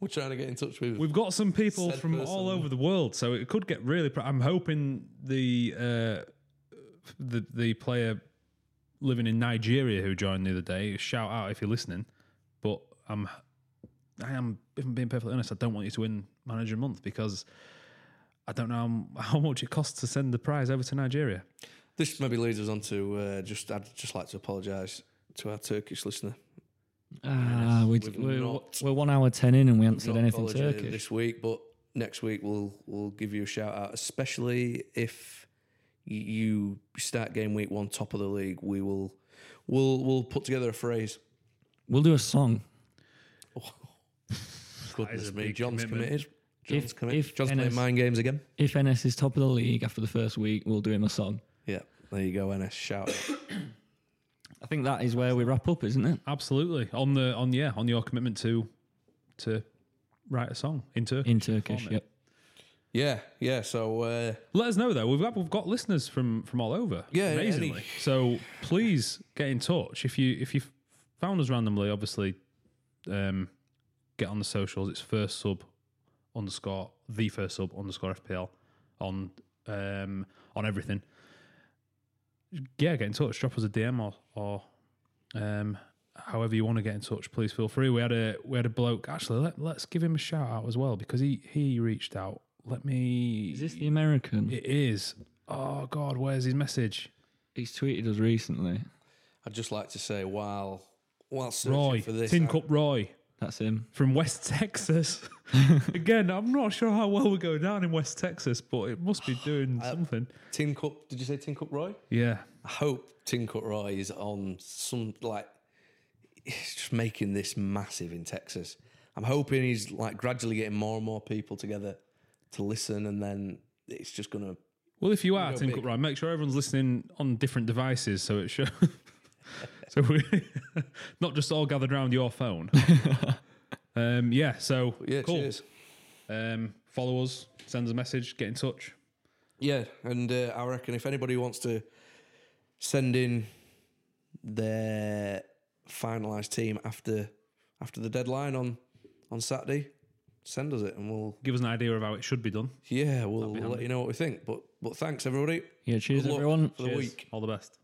[SPEAKER 2] We're trying to get in touch with.
[SPEAKER 1] We've got some people
[SPEAKER 2] Said
[SPEAKER 1] from
[SPEAKER 2] person.
[SPEAKER 1] all over the world, so it could get really. Pr- I'm hoping the uh, the the player living in Nigeria who joined the other day. Shout out if you're listening, but I'm I am if I'm being perfectly honest, I don't want you to win manager of the month because I don't know how, how much it costs to send the prize over to Nigeria.
[SPEAKER 2] This maybe leads us on to uh, just. I'd just like to apologise to our Turkish listener.
[SPEAKER 3] Ah, we,
[SPEAKER 2] We've
[SPEAKER 3] we're,
[SPEAKER 2] not-
[SPEAKER 3] we're one hour ten in and we haven't said
[SPEAKER 2] Not
[SPEAKER 3] anything
[SPEAKER 2] apologising
[SPEAKER 3] Turkish.
[SPEAKER 2] this week, but next week we'll we'll give you a shout out, especially if y- you start game week one top of the league. We will we'll we'll put together a phrase.
[SPEAKER 3] We'll do a song.
[SPEAKER 1] is
[SPEAKER 2] Goodness
[SPEAKER 1] a
[SPEAKER 2] me,
[SPEAKER 1] big
[SPEAKER 2] John's
[SPEAKER 1] commitment.
[SPEAKER 2] committed. John's
[SPEAKER 3] If-
[SPEAKER 2] committed.
[SPEAKER 3] if
[SPEAKER 2] John's playing
[SPEAKER 3] NS
[SPEAKER 2] mind games again.
[SPEAKER 3] If NS is top of the league after the first week, we'll do him a song.
[SPEAKER 2] Yeah, there you go, NS. Shout out.
[SPEAKER 3] I think that is where we wrap up, isn't it?
[SPEAKER 1] Absolutely. On the on yeah, on your commitment to to write a song in Turkey.
[SPEAKER 3] In Turkish, yep.
[SPEAKER 2] yeah, yeah. So uh,
[SPEAKER 1] Let us know though. We've got we've got listeners from from all over.
[SPEAKER 2] Yeah,
[SPEAKER 1] amazingly.
[SPEAKER 2] any-
[SPEAKER 1] So please get in touch if you if you found us randomly. Obviously, um, get on the socials. It's first sub underscore the first sub underscore FPL on um on everything. Yeah, get in touch. Drop us a DM or or um however you want to get in touch. Please feel free. We had a we had a bloke actually. Let, let's give him a shout out as well because he he reached out. Let me.
[SPEAKER 3] Is this the American?
[SPEAKER 1] It is. Oh God, where's his message?
[SPEAKER 3] He's tweeted us recently.
[SPEAKER 2] I'd just like to say while while searching
[SPEAKER 1] Roy,
[SPEAKER 2] for this,
[SPEAKER 1] Tin
[SPEAKER 2] I-
[SPEAKER 1] Cup Roy
[SPEAKER 3] That's him.
[SPEAKER 1] from West Texas. Again, I'm not sure how well we go down in West Texas, but it must be doing something.
[SPEAKER 2] Tin Cup. Did you say Tin Cup Roy?
[SPEAKER 1] Yeah,
[SPEAKER 2] I hope Tin Cut Roy is on some like he's just making this massive in Texas. I'm hoping he's like gradually getting more and more people together to listen, and then it's just gonna.
[SPEAKER 1] Well, if you are
[SPEAKER 2] go
[SPEAKER 1] Tim
[SPEAKER 2] big.
[SPEAKER 1] Cook Ryan, make sure everyone's listening on different devices so it shows. so we not just all gathered around your phone. um, yeah. So
[SPEAKER 2] Yeah,
[SPEAKER 1] cool.
[SPEAKER 2] cheers.
[SPEAKER 1] Um, follow us, send us a message, get in touch.
[SPEAKER 2] Yeah, and uh, I reckon if anybody wants to send in their finalised team after after the deadline on on Saturday, send us it, and we'll
[SPEAKER 1] Give us an idea of how it should be done.
[SPEAKER 2] yeah we'll, we'll let you know what we think. But but thanks everybody.
[SPEAKER 3] Yeah, cheers
[SPEAKER 2] Good luck
[SPEAKER 3] everyone.
[SPEAKER 2] for the
[SPEAKER 1] Cheers.
[SPEAKER 2] week.
[SPEAKER 1] All the best.